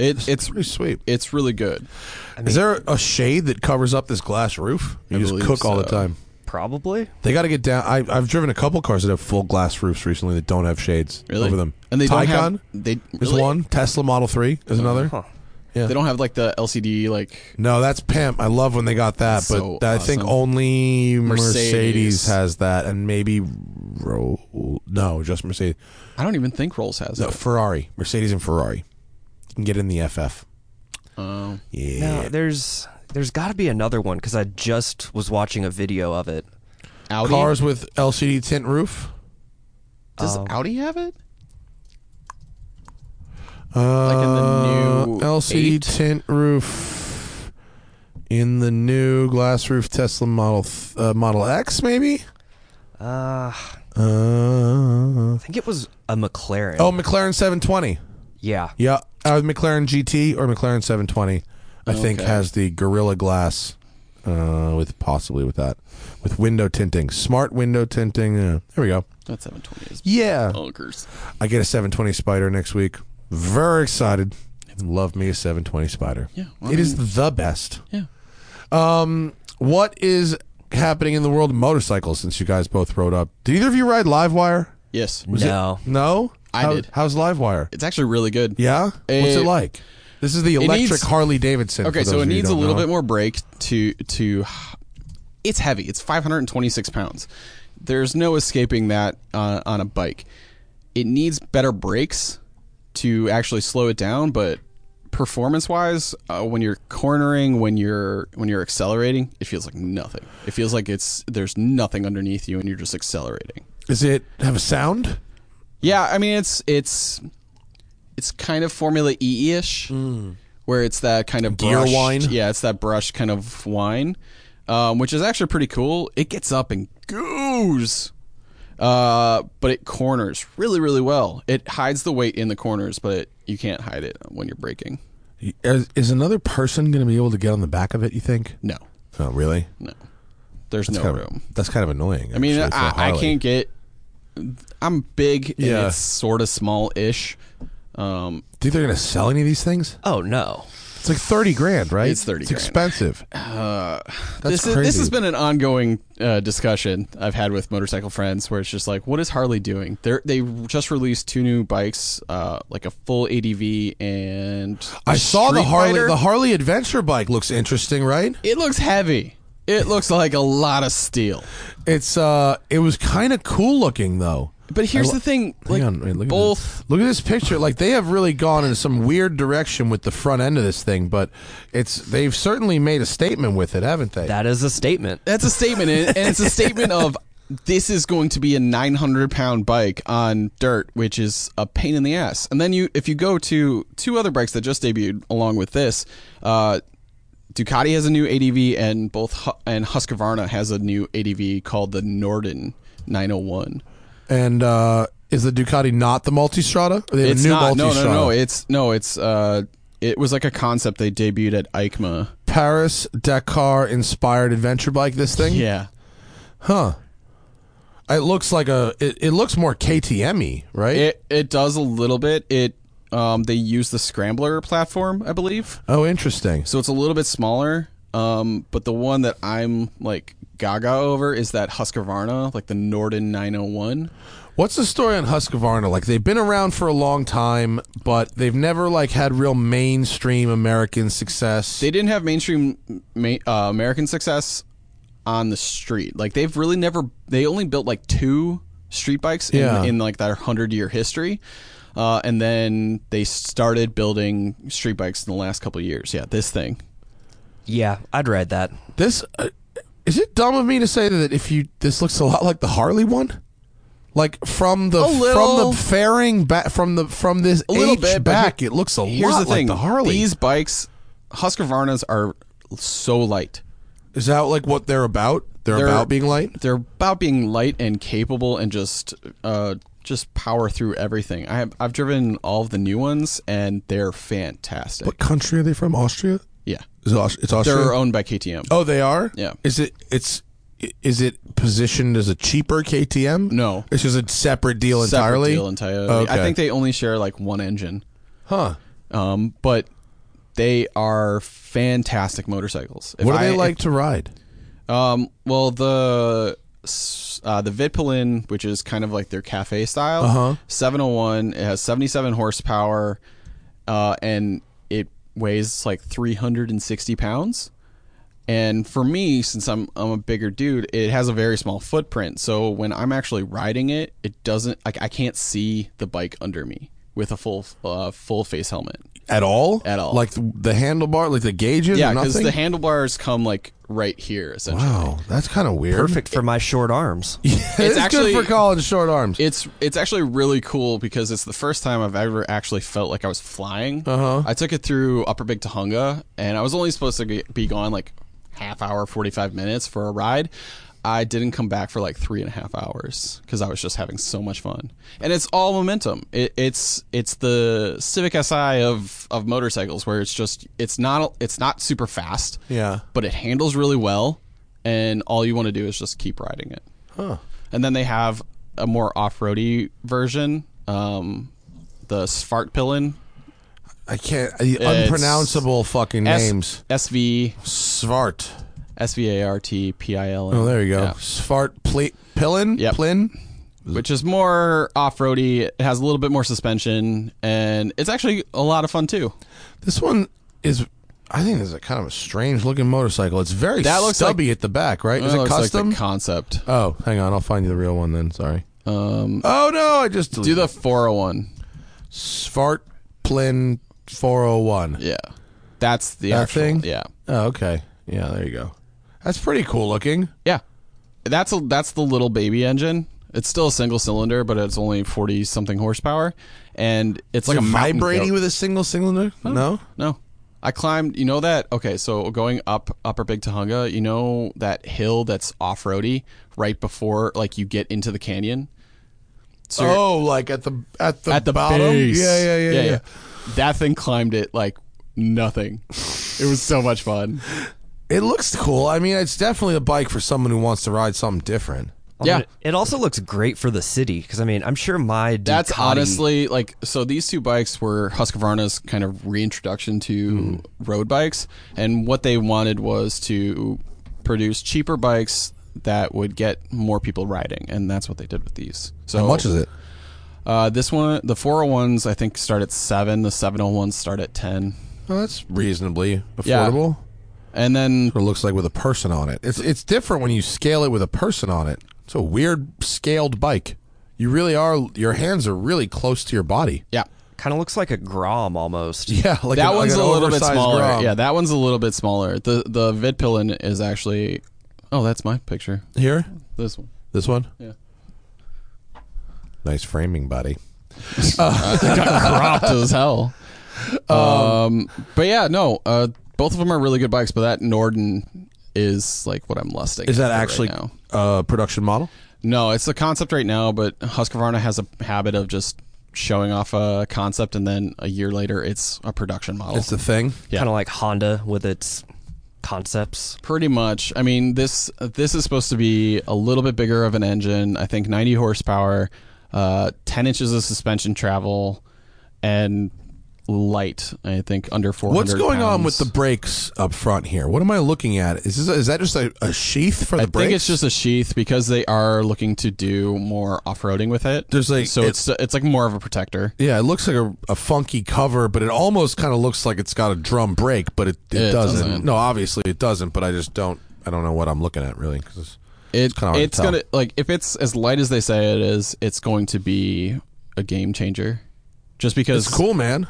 Speaker 3: It it's
Speaker 2: pretty sweet.
Speaker 3: it's really good.
Speaker 2: Is there a shade that covers up this glass roof? You
Speaker 3: I
Speaker 2: just
Speaker 3: believe
Speaker 2: cook all the
Speaker 3: so.
Speaker 2: time.
Speaker 4: Probably.
Speaker 2: They got to get down. I, I've driven a couple cars that have full glass roofs recently that don't have shades
Speaker 3: Really,
Speaker 2: over them.
Speaker 3: and they
Speaker 2: Taycan
Speaker 3: don't have they
Speaker 2: is
Speaker 3: really?
Speaker 2: one. Tesla Model Three is
Speaker 3: Uh-huh.
Speaker 2: another.
Speaker 3: They don't have like the LCD like
Speaker 2: No, that's pimp. I love when they got that,
Speaker 3: That's
Speaker 2: but
Speaker 3: so
Speaker 2: I think
Speaker 3: awesome.
Speaker 2: only Mercedes.
Speaker 3: Mercedes.
Speaker 2: has that, and maybe Ro- no, just Mercedes.
Speaker 3: I don't even think Rolls has
Speaker 2: No,
Speaker 3: it.
Speaker 2: Ferrari, Mercedes, and Ferrari. You can get in the FF.
Speaker 3: Um,
Speaker 2: Yeah,
Speaker 4: No, there's there's got to be another one because I just was watching a video of it.
Speaker 3: Audi
Speaker 2: cars with LCD tint roof.
Speaker 3: does Audi have it?
Speaker 2: Uh,
Speaker 3: in the new
Speaker 2: LCD
Speaker 3: eight?
Speaker 2: tint roof in the new glass roof Tesla Model th- uh, Model X, maybe.
Speaker 4: Uh, I
Speaker 2: Uh,
Speaker 4: think it was a McLaren.
Speaker 2: oh, McLaren 720.
Speaker 4: yeah.
Speaker 2: Yeah, uh, McLaren GT or McLaren 720, I think
Speaker 3: Okay.
Speaker 2: has the Gorilla Glass uh, with possibly with that with window tinting, smart window tinting. Uh, there we go.
Speaker 3: Not 720 is
Speaker 2: Yeah,
Speaker 3: bonkers.
Speaker 2: I get a 720 Spider next week. Very excited. Love me a 720 Spider.
Speaker 3: Yeah, well,
Speaker 2: it
Speaker 3: I
Speaker 2: is the best.
Speaker 3: Yeah.
Speaker 2: What is happening in the world of motorcycles since you guys both rode up? Did either of you ride Livewire?
Speaker 3: Yes.
Speaker 2: it-
Speaker 4: no.
Speaker 2: No,
Speaker 3: I did.
Speaker 2: How's Livewire?
Speaker 3: It's actually really good.
Speaker 2: Yeah, what's
Speaker 3: Uh,
Speaker 2: it like? This is the electric
Speaker 3: needs-
Speaker 2: Harley Davidson.
Speaker 3: Okay,
Speaker 2: for
Speaker 3: so
Speaker 2: those
Speaker 3: it
Speaker 2: of you who
Speaker 3: needs a
Speaker 2: don't
Speaker 3: little
Speaker 2: know.
Speaker 3: bit more brake to to. It's heavy. It's 526 pounds. There's no escaping that uh, on a bike. It needs better brakes to actually slow it down, but performance-wise, uh, when you're cornering, when you're when you're accelerating, it feels like nothing. It feels like it's there's nothing underneath you, and you're just accelerating.
Speaker 2: Is it have a sound?
Speaker 3: Yeah, I mean it's it's it's kind of Formula E ish, where it's that kind of
Speaker 2: Hmm. Gear
Speaker 3: brushed-
Speaker 2: whine?
Speaker 3: Yeah, it's that brush kind of wine, um, which is actually pretty cool. It gets up and goes, uh, but it corners really really well. It hides the weight in the corners, but it, you can't hide it when you're braking.
Speaker 2: Is, is another person going to be able to get on the back of it? You think?
Speaker 3: No,
Speaker 2: Oh, really?
Speaker 3: no, there's no
Speaker 2: Kind of-
Speaker 3: room.
Speaker 2: that's kind of annoying.
Speaker 3: I mean,
Speaker 2: actually, for
Speaker 3: I,
Speaker 2: a
Speaker 3: I
Speaker 2: Harley.
Speaker 3: can't get. I'm big.
Speaker 2: Yeah.
Speaker 3: and it's sort of small ish. Um,
Speaker 2: Do you think they're going to sell any of these things?
Speaker 4: Oh no.
Speaker 2: It's like thirty grand, right?
Speaker 3: It's 30
Speaker 2: It's
Speaker 3: grand.
Speaker 2: expensive. That's
Speaker 3: this, is- this
Speaker 2: crazy.
Speaker 3: has been an ongoing uh, discussion I've had with motorcycle friends where it's just like, what is Harley doing? They they just released two new bikes, uh, like a full ADV and a
Speaker 2: I saw the
Speaker 3: Street
Speaker 2: Harley.
Speaker 3: Fighter.
Speaker 2: The Harley adventure bike looks interesting, right?
Speaker 3: it looks heavy. It looks like a lot of steel.
Speaker 2: It's uh, it was kind of cool looking though.
Speaker 3: But here's the thing, like
Speaker 2: Hang on, wait, look
Speaker 3: both.
Speaker 2: At this. Look at this picture. Like they have really gone in some weird direction with the front end of this thing, but it's they've certainly made a statement with it, haven't they?
Speaker 4: That is a statement.
Speaker 3: That's a statement, and and it's a statement of this is going to be a 900 pound bike on dirt, which is a pain in the ass. And then you, if you go to two other bikes that just debuted along with this, uh, Ducati has a new ADV, and both Hu- and Husqvarna has a new ADV called the Norden 901.
Speaker 2: And uh, is the Ducati not the Multistrada? They have
Speaker 3: It's
Speaker 2: a new
Speaker 3: not. No,
Speaker 2: Multistrada.
Speaker 3: no, no. It's no. It's uh, it was like a concept they debuted at EICMA.
Speaker 2: Paris Dakar inspired adventure bike. This thing,
Speaker 3: Yeah.
Speaker 2: huh? It looks like a. It, it looks more KTM-y, right?
Speaker 3: It it does a little bit. It um, they use the scrambler platform, I believe.
Speaker 2: oh, interesting.
Speaker 3: So it's a little bit smaller. Um, but the one that I'm like gaga over is that Husqvarna, like the Norden 901.
Speaker 2: What's the story on Husqvarna? Like they've been around for a long time, but they've never like had real mainstream American success.
Speaker 3: They didn't have mainstream ma- uh, American success on the street. Like they've really never. They only built like two street bikes in,
Speaker 2: Yeah.
Speaker 3: in like their hundred year history. Uh, and then they started building street bikes in the last couple of years. Yeah, this thing.
Speaker 4: Yeah, I'd ride that.
Speaker 2: This uh, is it dumb of me to say that if you this looks a lot like the Harley one, like from the from
Speaker 3: little.
Speaker 2: the fairing back from the from this
Speaker 3: a little
Speaker 2: H
Speaker 3: bit but
Speaker 2: back,
Speaker 3: here-
Speaker 2: it looks a
Speaker 3: here's
Speaker 2: lot
Speaker 3: the thing
Speaker 2: like the Harley.
Speaker 3: these bikes husqvarnas are so light
Speaker 2: is that like what they're about? They're,
Speaker 3: They're-
Speaker 2: about being light.
Speaker 3: they're about being light and capable and just uh just power through everything i have i've driven all of the new ones and they're fantastic
Speaker 2: What country are they from? Austria?
Speaker 3: yeah
Speaker 2: Is it Aus- it's Austria?
Speaker 3: they're owned by ktm
Speaker 2: oh, they are.
Speaker 3: Yeah.
Speaker 2: Is it? It's. i- Is it positioned as a cheaper KTM?
Speaker 3: No.
Speaker 2: It's just a separate deal
Speaker 3: Separate
Speaker 2: entirely.
Speaker 3: deal entirely
Speaker 2: Okay.
Speaker 3: i think they only share like one engine
Speaker 2: Huh.
Speaker 3: um but they are fantastic motorcycles If
Speaker 2: What do
Speaker 3: I-
Speaker 2: they
Speaker 3: if
Speaker 2: like to ride?
Speaker 3: Um, well, the s- uh, the Vitpolin, which is kind of like their cafe style,
Speaker 2: Uh-huh.
Speaker 3: 701. It has 77 horsepower, uh, and it weighs like 360 pounds. And for me, since I'm I'm a bigger dude, it has a very small footprint. So when I'm actually riding it, it doesn't like I can't see the bike under me with a full uh, full face helmet.
Speaker 2: At all?
Speaker 3: At all.
Speaker 2: Like the, the handlebar, like the gauges?
Speaker 3: Yeah,
Speaker 2: or
Speaker 3: because
Speaker 2: nothing?
Speaker 3: the handlebars come like right here essentially.
Speaker 2: Wow, Oh, that's kind of weird.
Speaker 4: Perfect for my short arms.
Speaker 2: it's
Speaker 3: actually-
Speaker 2: good for college short arms.
Speaker 3: It's it's actually really cool because it's the first time I've ever actually felt like I was flying.
Speaker 2: Uh-huh.
Speaker 3: I took it through Upper Big Tahunga, and I was only supposed to ge- be gone like half hour, forty five minutes for a ride. I didn't come back for like three and a half hours because I was just having so much fun, and it's all momentum. It, it's it's the Civic Si of of motorcycles where it's just it's not it's not super fast,
Speaker 2: Yeah.
Speaker 3: but it handles really well, and all you want to do is just keep riding it.
Speaker 2: Huh.
Speaker 3: And then they have a more off-roady version, um, the Svartpillen
Speaker 2: I can't. The unpronounceable fucking
Speaker 3: S-
Speaker 2: names.
Speaker 3: SV
Speaker 2: Svart.
Speaker 3: SVARTPILN.
Speaker 2: Oh, there you go.
Speaker 3: Yeah.
Speaker 2: Svart pli- Pillin?
Speaker 3: Yep.
Speaker 2: Plin?
Speaker 3: Which is more off-roady. It has a little bit more suspension, and it's actually a lot of fun too.
Speaker 2: This one is. I think this is a kind of a strange looking motorcycle. It's very
Speaker 3: That looks like-
Speaker 2: stubby at the back, right? Is
Speaker 3: Well,
Speaker 2: it
Speaker 3: looks like the
Speaker 2: custom?
Speaker 3: concept.
Speaker 2: oh, hang on. I'll find you the real one then. Sorry.
Speaker 3: Um,
Speaker 2: Oh, no. I just.
Speaker 3: do the 401.
Speaker 2: Svart Plin 401.
Speaker 3: Yeah, that's the
Speaker 2: That
Speaker 3: actual,
Speaker 2: thing?
Speaker 3: Yeah,
Speaker 2: Oh, okay. Yeah, there you go. That's pretty cool looking.
Speaker 3: yeah. That's a, that's the little baby engine. It's still a single cylinder, but it's only forty something horsepower, and it's like a mountain goat.
Speaker 2: vibrating with a single cylinder? No.
Speaker 3: No. I climbed, you know that? Okay, so going up Upper Big Tahunga, you know that hill that's off roady right before like you get into the canyon? So you're
Speaker 2: oh, like at the at the
Speaker 3: at the
Speaker 2: bottom.
Speaker 3: base.
Speaker 2: Yeah, yeah, yeah, yeah,
Speaker 3: That thing climbed it like nothing. it was so much fun.
Speaker 2: It looks cool. I mean, it's definitely a bike for someone who wants to ride something different.
Speaker 4: I'm
Speaker 3: Yeah.
Speaker 4: gonna- Um, It also looks great for the city because I mean I'm sure my
Speaker 3: That's
Speaker 4: Ducati-
Speaker 3: honestly like so. These two bikes were Husqvarna's kind of reintroduction to
Speaker 2: Mm-hmm.
Speaker 3: road bikes, and what they wanted was to produce cheaper bikes that would get more people riding, and that's what they did with these. So
Speaker 2: How much is it?
Speaker 3: Uh, this one, the 401s, I think start at seven. The 701s start at ten,
Speaker 2: Well, that's reasonably affordable.
Speaker 3: and then
Speaker 2: What it looks like with a person on it. It's it's different when you scale it with a person on it. It's a weird scaled bike. You really are. Your hands are really close to your body.
Speaker 3: yeah,
Speaker 4: kind of looks like a Grom almost.
Speaker 2: Yeah, like
Speaker 3: that
Speaker 2: an- like
Speaker 3: one's
Speaker 2: an
Speaker 3: a little bit
Speaker 2: oversized
Speaker 3: smaller.
Speaker 2: Grom.
Speaker 3: Yeah, that one's a little bit smaller. The the Vidpillen is actually, oh, that's my picture.
Speaker 2: Here,
Speaker 3: This one.
Speaker 2: this one.
Speaker 3: Yeah.
Speaker 2: Nice framing, buddy.
Speaker 3: cropped as hell. Um, but yeah, no, uh, both of them are really good bikes, but that Norden is like what I'm lusting.
Speaker 2: Is that
Speaker 3: after right
Speaker 2: actually
Speaker 3: now.
Speaker 2: a production model?
Speaker 3: No, it's the concept right now, but Husqvarna has a habit of just showing off a concept and then a year later it's a production model.
Speaker 2: It's the thing.
Speaker 3: Yeah.
Speaker 4: Kind of like Honda with its concepts.
Speaker 3: Pretty much. I mean, this this is supposed to be a little bit bigger of an engine. I think 90 horsepower, uh, 10 inches of suspension travel, and light. I think under 400.
Speaker 2: What's going on with
Speaker 3: pounds.
Speaker 2: the brakes up front here? What am I looking at? Is this is that just a, a sheath for the
Speaker 3: I
Speaker 2: brakes?
Speaker 3: think it's just a sheath because they are looking to do more off-roading with it.
Speaker 2: There's like-
Speaker 3: so it's it's like more of a protector.
Speaker 2: yeah, it looks like a, a funky cover, but it almost kind of looks like it's got a drum brake, but it, it,
Speaker 3: It
Speaker 2: doesn't.
Speaker 3: doesn't.
Speaker 2: No, obviously it doesn't. But I just don't. I don't know what I'm looking at really. 'cause it's-
Speaker 3: It,
Speaker 2: kinda hard to
Speaker 3: it's
Speaker 2: tell.
Speaker 3: gonna like if it's as light as they say it is, it's going to be a game changer. Just because
Speaker 2: it's cool, man.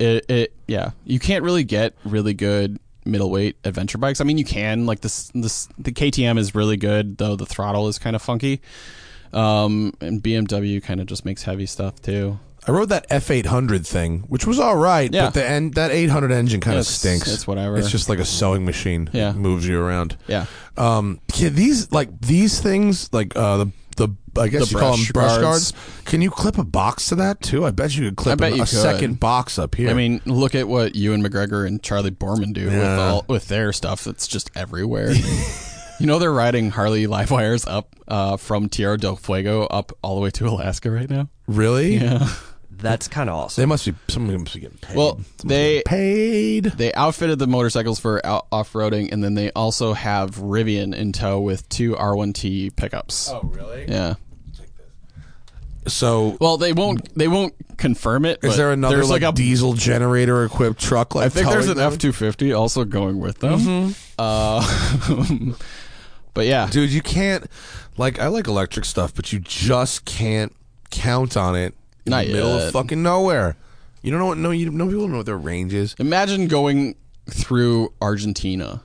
Speaker 3: it, it yeah you can't really get really good middleweight adventure bikes i mean you can like this this the ktm is really good though the throttle is kind of funky um and bmw kind of just makes heavy stuff too
Speaker 2: I rode that F800 thing, which was all right,
Speaker 3: Yeah.
Speaker 2: but the en- that 800 engine kind of
Speaker 3: It's-
Speaker 2: stinks.
Speaker 3: it's whatever.
Speaker 2: It's just like a sewing machine.
Speaker 3: Yeah.
Speaker 2: It moves you around.
Speaker 3: yeah
Speaker 2: Um, can these like these things like uh, the the I guess
Speaker 3: The
Speaker 2: you call them
Speaker 3: brush
Speaker 2: brush guards.
Speaker 3: guards.
Speaker 2: Can you clip a box to that too? I bet you could clip
Speaker 3: I bet
Speaker 2: an-
Speaker 3: you
Speaker 2: a
Speaker 3: could.
Speaker 2: second box up here.
Speaker 3: i mean look at what ewan mcgregor and charlie borman do with
Speaker 2: Yeah.
Speaker 3: all with their stuff that's just everywhere you know they're riding harley live wires up uh from tierra del fuego up all the way to alaska right now
Speaker 2: really?
Speaker 3: yeah
Speaker 4: That's kind of
Speaker 2: They
Speaker 4: awesome.
Speaker 2: must be some of them must be getting paid.
Speaker 3: well they
Speaker 2: paid.
Speaker 3: They outfitted the motorcycles for out- off-roading, and then they also have Rivian in tow with two R1T pickups. Oh, really? Yeah.
Speaker 2: So
Speaker 3: Well, they won't. They won't confirm it.
Speaker 2: is
Speaker 3: but
Speaker 2: there another
Speaker 3: there's
Speaker 2: like,
Speaker 3: like, a.
Speaker 2: diesel generator equipped truck? Like
Speaker 3: I think there's
Speaker 2: towing
Speaker 3: an
Speaker 2: them?
Speaker 3: F two fifty also going with them.
Speaker 2: Mm-hmm.
Speaker 3: Uh, but yeah,
Speaker 2: dude you can't like i like electric stuff but you just can't count on it in
Speaker 3: Not
Speaker 2: the middle of
Speaker 3: yet.
Speaker 2: fucking nowhere you don't know what no you no people don't know what their range is
Speaker 3: imagine going through Argentina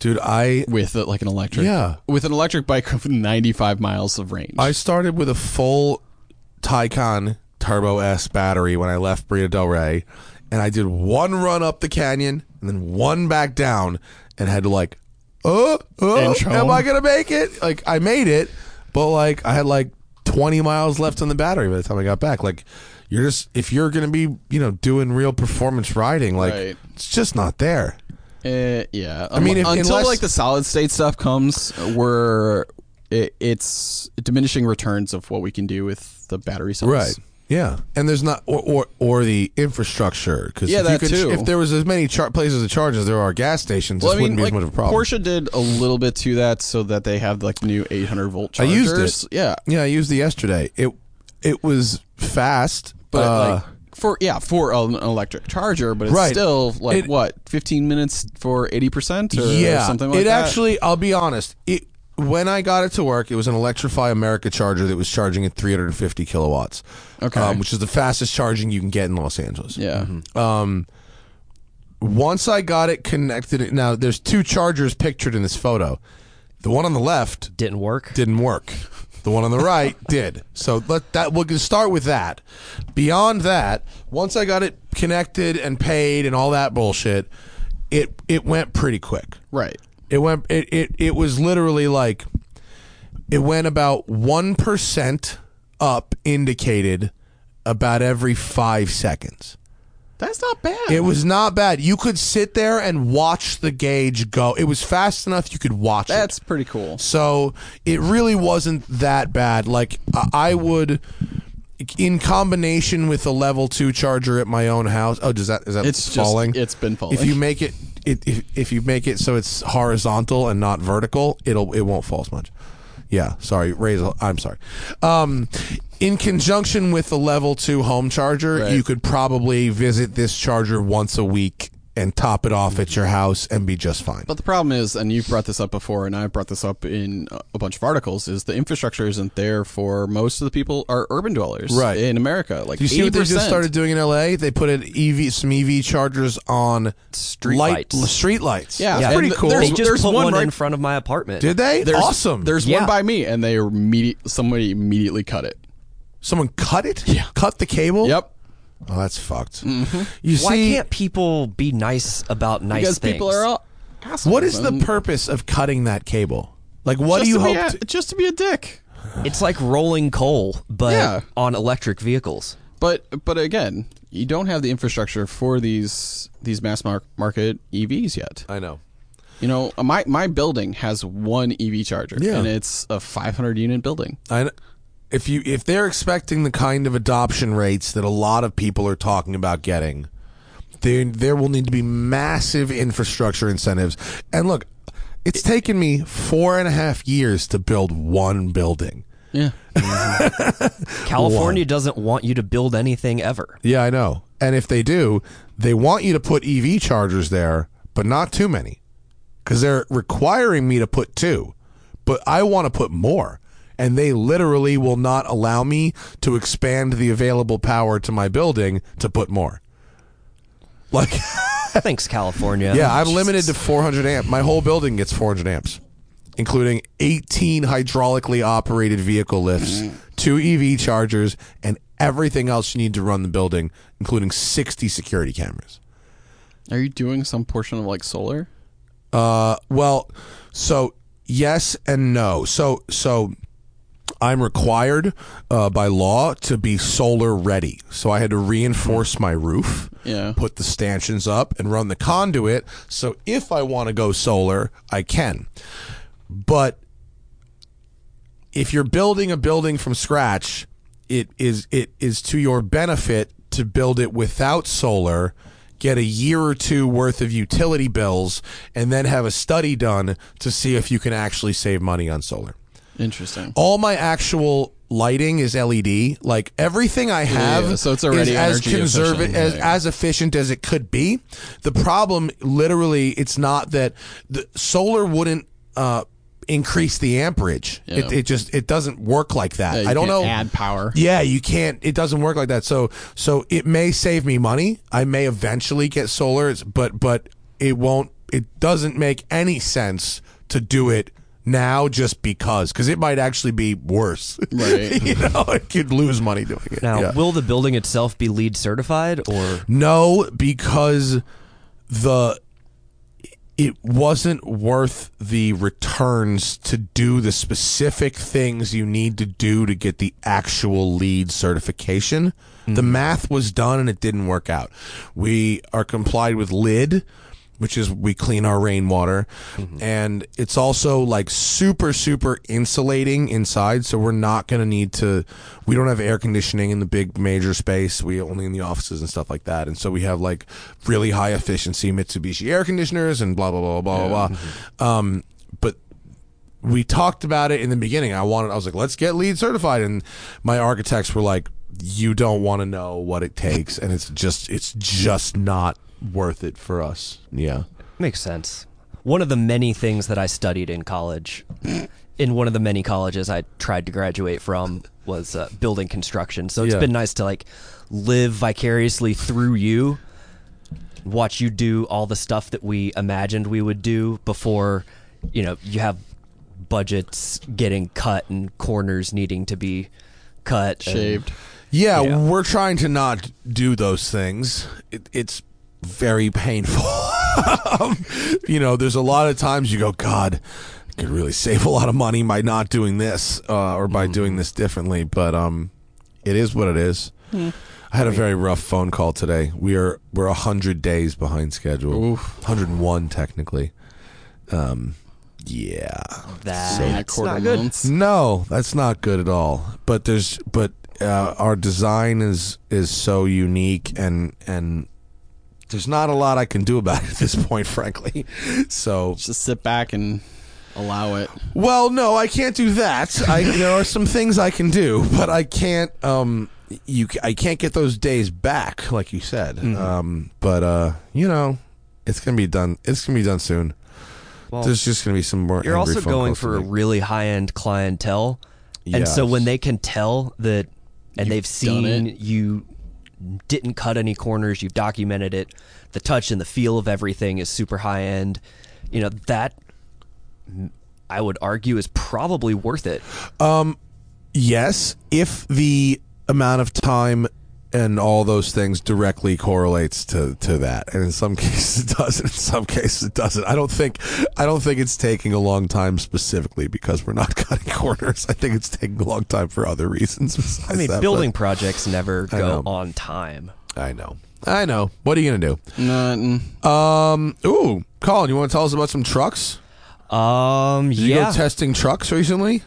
Speaker 2: dude i
Speaker 3: with uh, like an electric.
Speaker 2: Yeah.
Speaker 3: With an electric bike of ninety five miles of range.
Speaker 2: i started with a full Tycon turbo s battery when i left Brea del rey and i did one run up the canyon and then one back down and had to like oh, oh
Speaker 3: Inch
Speaker 2: am
Speaker 3: home.
Speaker 2: i gonna make it like i made it but like i had like 20 miles left on the battery by the time i got back like you're just if you're gonna be you know doing real performance riding like
Speaker 3: Right.
Speaker 2: it's just not there
Speaker 3: Uh, yeah. I
Speaker 2: mean, if-
Speaker 3: until
Speaker 2: unless-
Speaker 3: like the solid state stuff comes, we're it, it's diminishing returns of what we can do with the battery cells.
Speaker 2: yeah and there's not or or, or the infrastructure because
Speaker 3: Yeah,
Speaker 2: if, you
Speaker 3: that
Speaker 2: could-
Speaker 3: too.
Speaker 2: if there was as many char- places to charge as there are gas stations
Speaker 3: Well,
Speaker 2: this
Speaker 3: I mean,
Speaker 2: wouldn't be
Speaker 3: like,
Speaker 2: as much of a problem
Speaker 3: Porsche did a little bit to that so that they have like new 800 volt
Speaker 2: I
Speaker 3: chargers.
Speaker 2: used it.
Speaker 3: Yeah.
Speaker 2: yeah i used it yesterday it it was fast
Speaker 3: But
Speaker 2: uh,
Speaker 3: like for yeah, for an electric charger, but it's
Speaker 2: Right.
Speaker 3: still like
Speaker 2: It-
Speaker 3: what, 15 minutes for 80% or, or something like
Speaker 2: it
Speaker 3: that.
Speaker 2: actually, I'll be honest. It when I got it to work, it was an Electrify America charger that was charging at 350 kilowatts,
Speaker 3: Okay.
Speaker 2: um, which is the fastest charging you can get in Los Angeles.
Speaker 3: Yeah.
Speaker 2: Once I got it connected, now there's two chargers pictured in this photo. The one on the left
Speaker 4: Didn't work.
Speaker 2: didn't work. The one on the right did. So let that we'll just start with that. Beyond that, once I got it connected and paid and all that bullshit, it it went pretty quick.
Speaker 3: Right.
Speaker 2: It went it it, it was literally like it went about one percent up indicated about every five seconds.
Speaker 3: That's not bad.
Speaker 2: It was not bad. You could sit there and watch the gauge go. It was fast enough you could watch it.
Speaker 3: That's pretty cool.
Speaker 2: So it really wasn't that bad. Like I- I would, in combination with the level two charger at my own house. Oh, does that is that
Speaker 3: It's just-
Speaker 2: falling?
Speaker 3: it's been falling.
Speaker 2: If you make it, it if, if you make it so it's horizontal and not vertical, it'll it won't fall as much. Yeah, sorry, Razel. I'm sorry. Um, in conjunction with the level two home charger,
Speaker 3: Right.
Speaker 2: you could probably visit this charger once a week and top it off at your house and be just fine.
Speaker 3: But the problem is, and you've brought this up before, and I've brought this up in a- a bunch of articles, is the infrastructure isn't there for most of the people are urban dwellers,
Speaker 2: Right.
Speaker 3: in America. Like,
Speaker 2: Do you see what they just
Speaker 3: 80%.
Speaker 2: started doing in LA? They put an EV some EV chargers on
Speaker 4: Street
Speaker 2: light,
Speaker 4: lights.
Speaker 2: street lights.
Speaker 3: Yeah,
Speaker 2: it's
Speaker 3: and
Speaker 2: pretty
Speaker 3: th-
Speaker 2: cool.
Speaker 4: They
Speaker 3: there's-
Speaker 4: just put
Speaker 3: one
Speaker 4: one, in
Speaker 3: right-
Speaker 4: front of my apartment.
Speaker 2: Did they?
Speaker 3: There's,
Speaker 2: awesome.
Speaker 3: There's
Speaker 4: Yeah.
Speaker 3: one by me, and they immediate somebody immediately cut it.
Speaker 2: someone cut it. Yeah, cut the cable.
Speaker 3: Yep, Mm-hmm.
Speaker 2: Oh, that's fucked. You
Speaker 4: Why
Speaker 2: see,
Speaker 4: can't people be nice about nice
Speaker 3: because
Speaker 4: things?
Speaker 3: people are all assholes.
Speaker 2: what is the
Speaker 3: and
Speaker 2: purpose of cutting that cable? Like, what
Speaker 3: just
Speaker 2: do you
Speaker 3: to be
Speaker 2: hope?
Speaker 3: a-
Speaker 2: to-
Speaker 3: just to be a dick.
Speaker 4: It's like rolling coal, but
Speaker 3: Yeah.
Speaker 4: on electric vehicles.
Speaker 3: But but again, you don't have the infrastructure for these these mass mar- market EVs E yet.
Speaker 2: I know.
Speaker 3: You know, my my building has one EV charger,
Speaker 2: Yeah.
Speaker 3: and it's a 500 unit building.
Speaker 2: I, if you if they're expecting the kind of adoption rates that a lot of people are talking about getting, there there will need to be massive infrastructure incentives. And look, it's taken me four and a half years to build one building.
Speaker 3: Yeah,
Speaker 4: California doesn't want you to build anything ever.
Speaker 2: Yeah, I know. And if they do, they want you to put EV chargers there, but not too many. Because they're requiring me to put two, but I want to put more. And they literally will not allow me to expand the available power to my building to put more. Like,
Speaker 4: Thanks, California.
Speaker 2: yeah, I'm limited to 400 amp. My whole building gets 400 amps, including 18 hydraulically operated vehicle lifts, two EV chargers, and everything else you need to run the building, including 60 security cameras.
Speaker 3: are you doing some portion of like solar?
Speaker 2: Uh, well, so yes and no. So so I'm required uh, by law to be solar ready. So I had to reinforce my roof,
Speaker 3: Yeah.
Speaker 2: put the stanchions up, and run the conduit. So if I want to go solar, I can. But if you're building a building from scratch, it is it is to your benefit to build it without solar, get a year or two worth of utility bills, and then have a study done to see if you can actually save money on solar.
Speaker 3: Interesting.
Speaker 2: All my actual lighting is LED. Like everything I have
Speaker 3: so it's already
Speaker 2: is as
Speaker 3: energy
Speaker 2: conservative
Speaker 3: efficient,
Speaker 2: as,
Speaker 3: yeah.
Speaker 2: as efficient as it could be. The problem literally it's not that the solar wouldn't uh increase the amperage. It,
Speaker 3: Yeah.
Speaker 2: it just it doesn't work like that.
Speaker 3: Yeah, you
Speaker 2: I don't
Speaker 3: can't
Speaker 2: know.
Speaker 3: Add power.
Speaker 2: Yeah, you can't. It doesn't work like that. So so it may save me money. I may eventually get solar, it's- but but it won't. It doesn't make any sense to do it now just because because it might actually be worse.
Speaker 3: Right.
Speaker 2: you know, I could lose money doing it.
Speaker 4: Now,
Speaker 2: Yeah.
Speaker 4: will the building itself be LEED certified or
Speaker 2: No, because the it wasn't worth the returns to do the specific things you need to do to get the actual lead certification. The math was done and it didn't work out. We are complied with lid which is we clean our rainwater Mm-hmm. and it's also like super super insulating inside so we're not going to need to we don't have air conditioning in the big major space we only in the offices and stuff like that and so we have like really high efficiency Mitsubishi air conditioners and blah blah blah blah blah blah um but we talked about it in the beginning. I wanted, I was like, let's get lead certified. And my architects were like, you don't want to know what it takes. And it's just, it's just not worth it for us. Yeah.
Speaker 4: Makes sense. One of the many things that I studied in college, in one of the many colleges I tried to graduate from, was uh, building construction. So it's
Speaker 2: Yeah.
Speaker 4: been nice to like live vicariously through you, watch you do all the stuff that we imagined we would do before, you know, you have budgets getting cut and corners needing to be cut. and-
Speaker 3: Shaved.
Speaker 2: Yeah.
Speaker 4: Yeah.
Speaker 2: We're trying to not do those things. It, it's very painful. Um, you know, there's a lot of times you go, God, I could really save a lot of money by not doing this uh, or by doing this differently. But um, it is what it is. I had a very rough phone call today. We are we're hundred days behind schedule. Hundred and one technically. Um, yeah.
Speaker 4: That's
Speaker 3: Yeah, quarter
Speaker 4: not good.
Speaker 3: months.
Speaker 2: No, that's not good at all. But there's but uh, our design is is so unique and and there's not a lot I can do about it at this point, frankly. So
Speaker 3: Just sit back and allow it.
Speaker 2: well, no, I can't do that. I, there are some things I can do, but I can't. Um, you, I can't get those days back, like you said.
Speaker 4: Mm-hmm.
Speaker 2: Um, but uh, you know, it's gonna be done. It's gonna be done soon.
Speaker 4: Well,
Speaker 2: There's just gonna be some more.
Speaker 4: You're
Speaker 2: angry
Speaker 4: also
Speaker 2: phone
Speaker 4: going
Speaker 2: calls
Speaker 4: for a
Speaker 2: to make.
Speaker 4: really high end clientele. And so
Speaker 2: Yes.
Speaker 4: when they can tell that, and they've
Speaker 3: done
Speaker 4: seen you didn't cut any corners, you've documented it, the touch and the feel of everything is super high end, you know, that I would argue is probably worth it.
Speaker 2: Yes, if the amount of time and all those things directly correlates to, to that, and in some cases it doesn't. In some cases it doesn't. I don't think I don't think it's taking a long time specifically because we're not cutting corners. I think it's taking a long time for other reasons.
Speaker 4: I mean, building projects never go
Speaker 2: know.
Speaker 4: on time.
Speaker 2: I know. I know. What are you gonna
Speaker 3: Nothing.
Speaker 2: do? Um. Ooh, Colin, you want to tell us about some trucks?
Speaker 4: Um,
Speaker 2: Did you
Speaker 4: yeah,
Speaker 2: go testing trucks recently?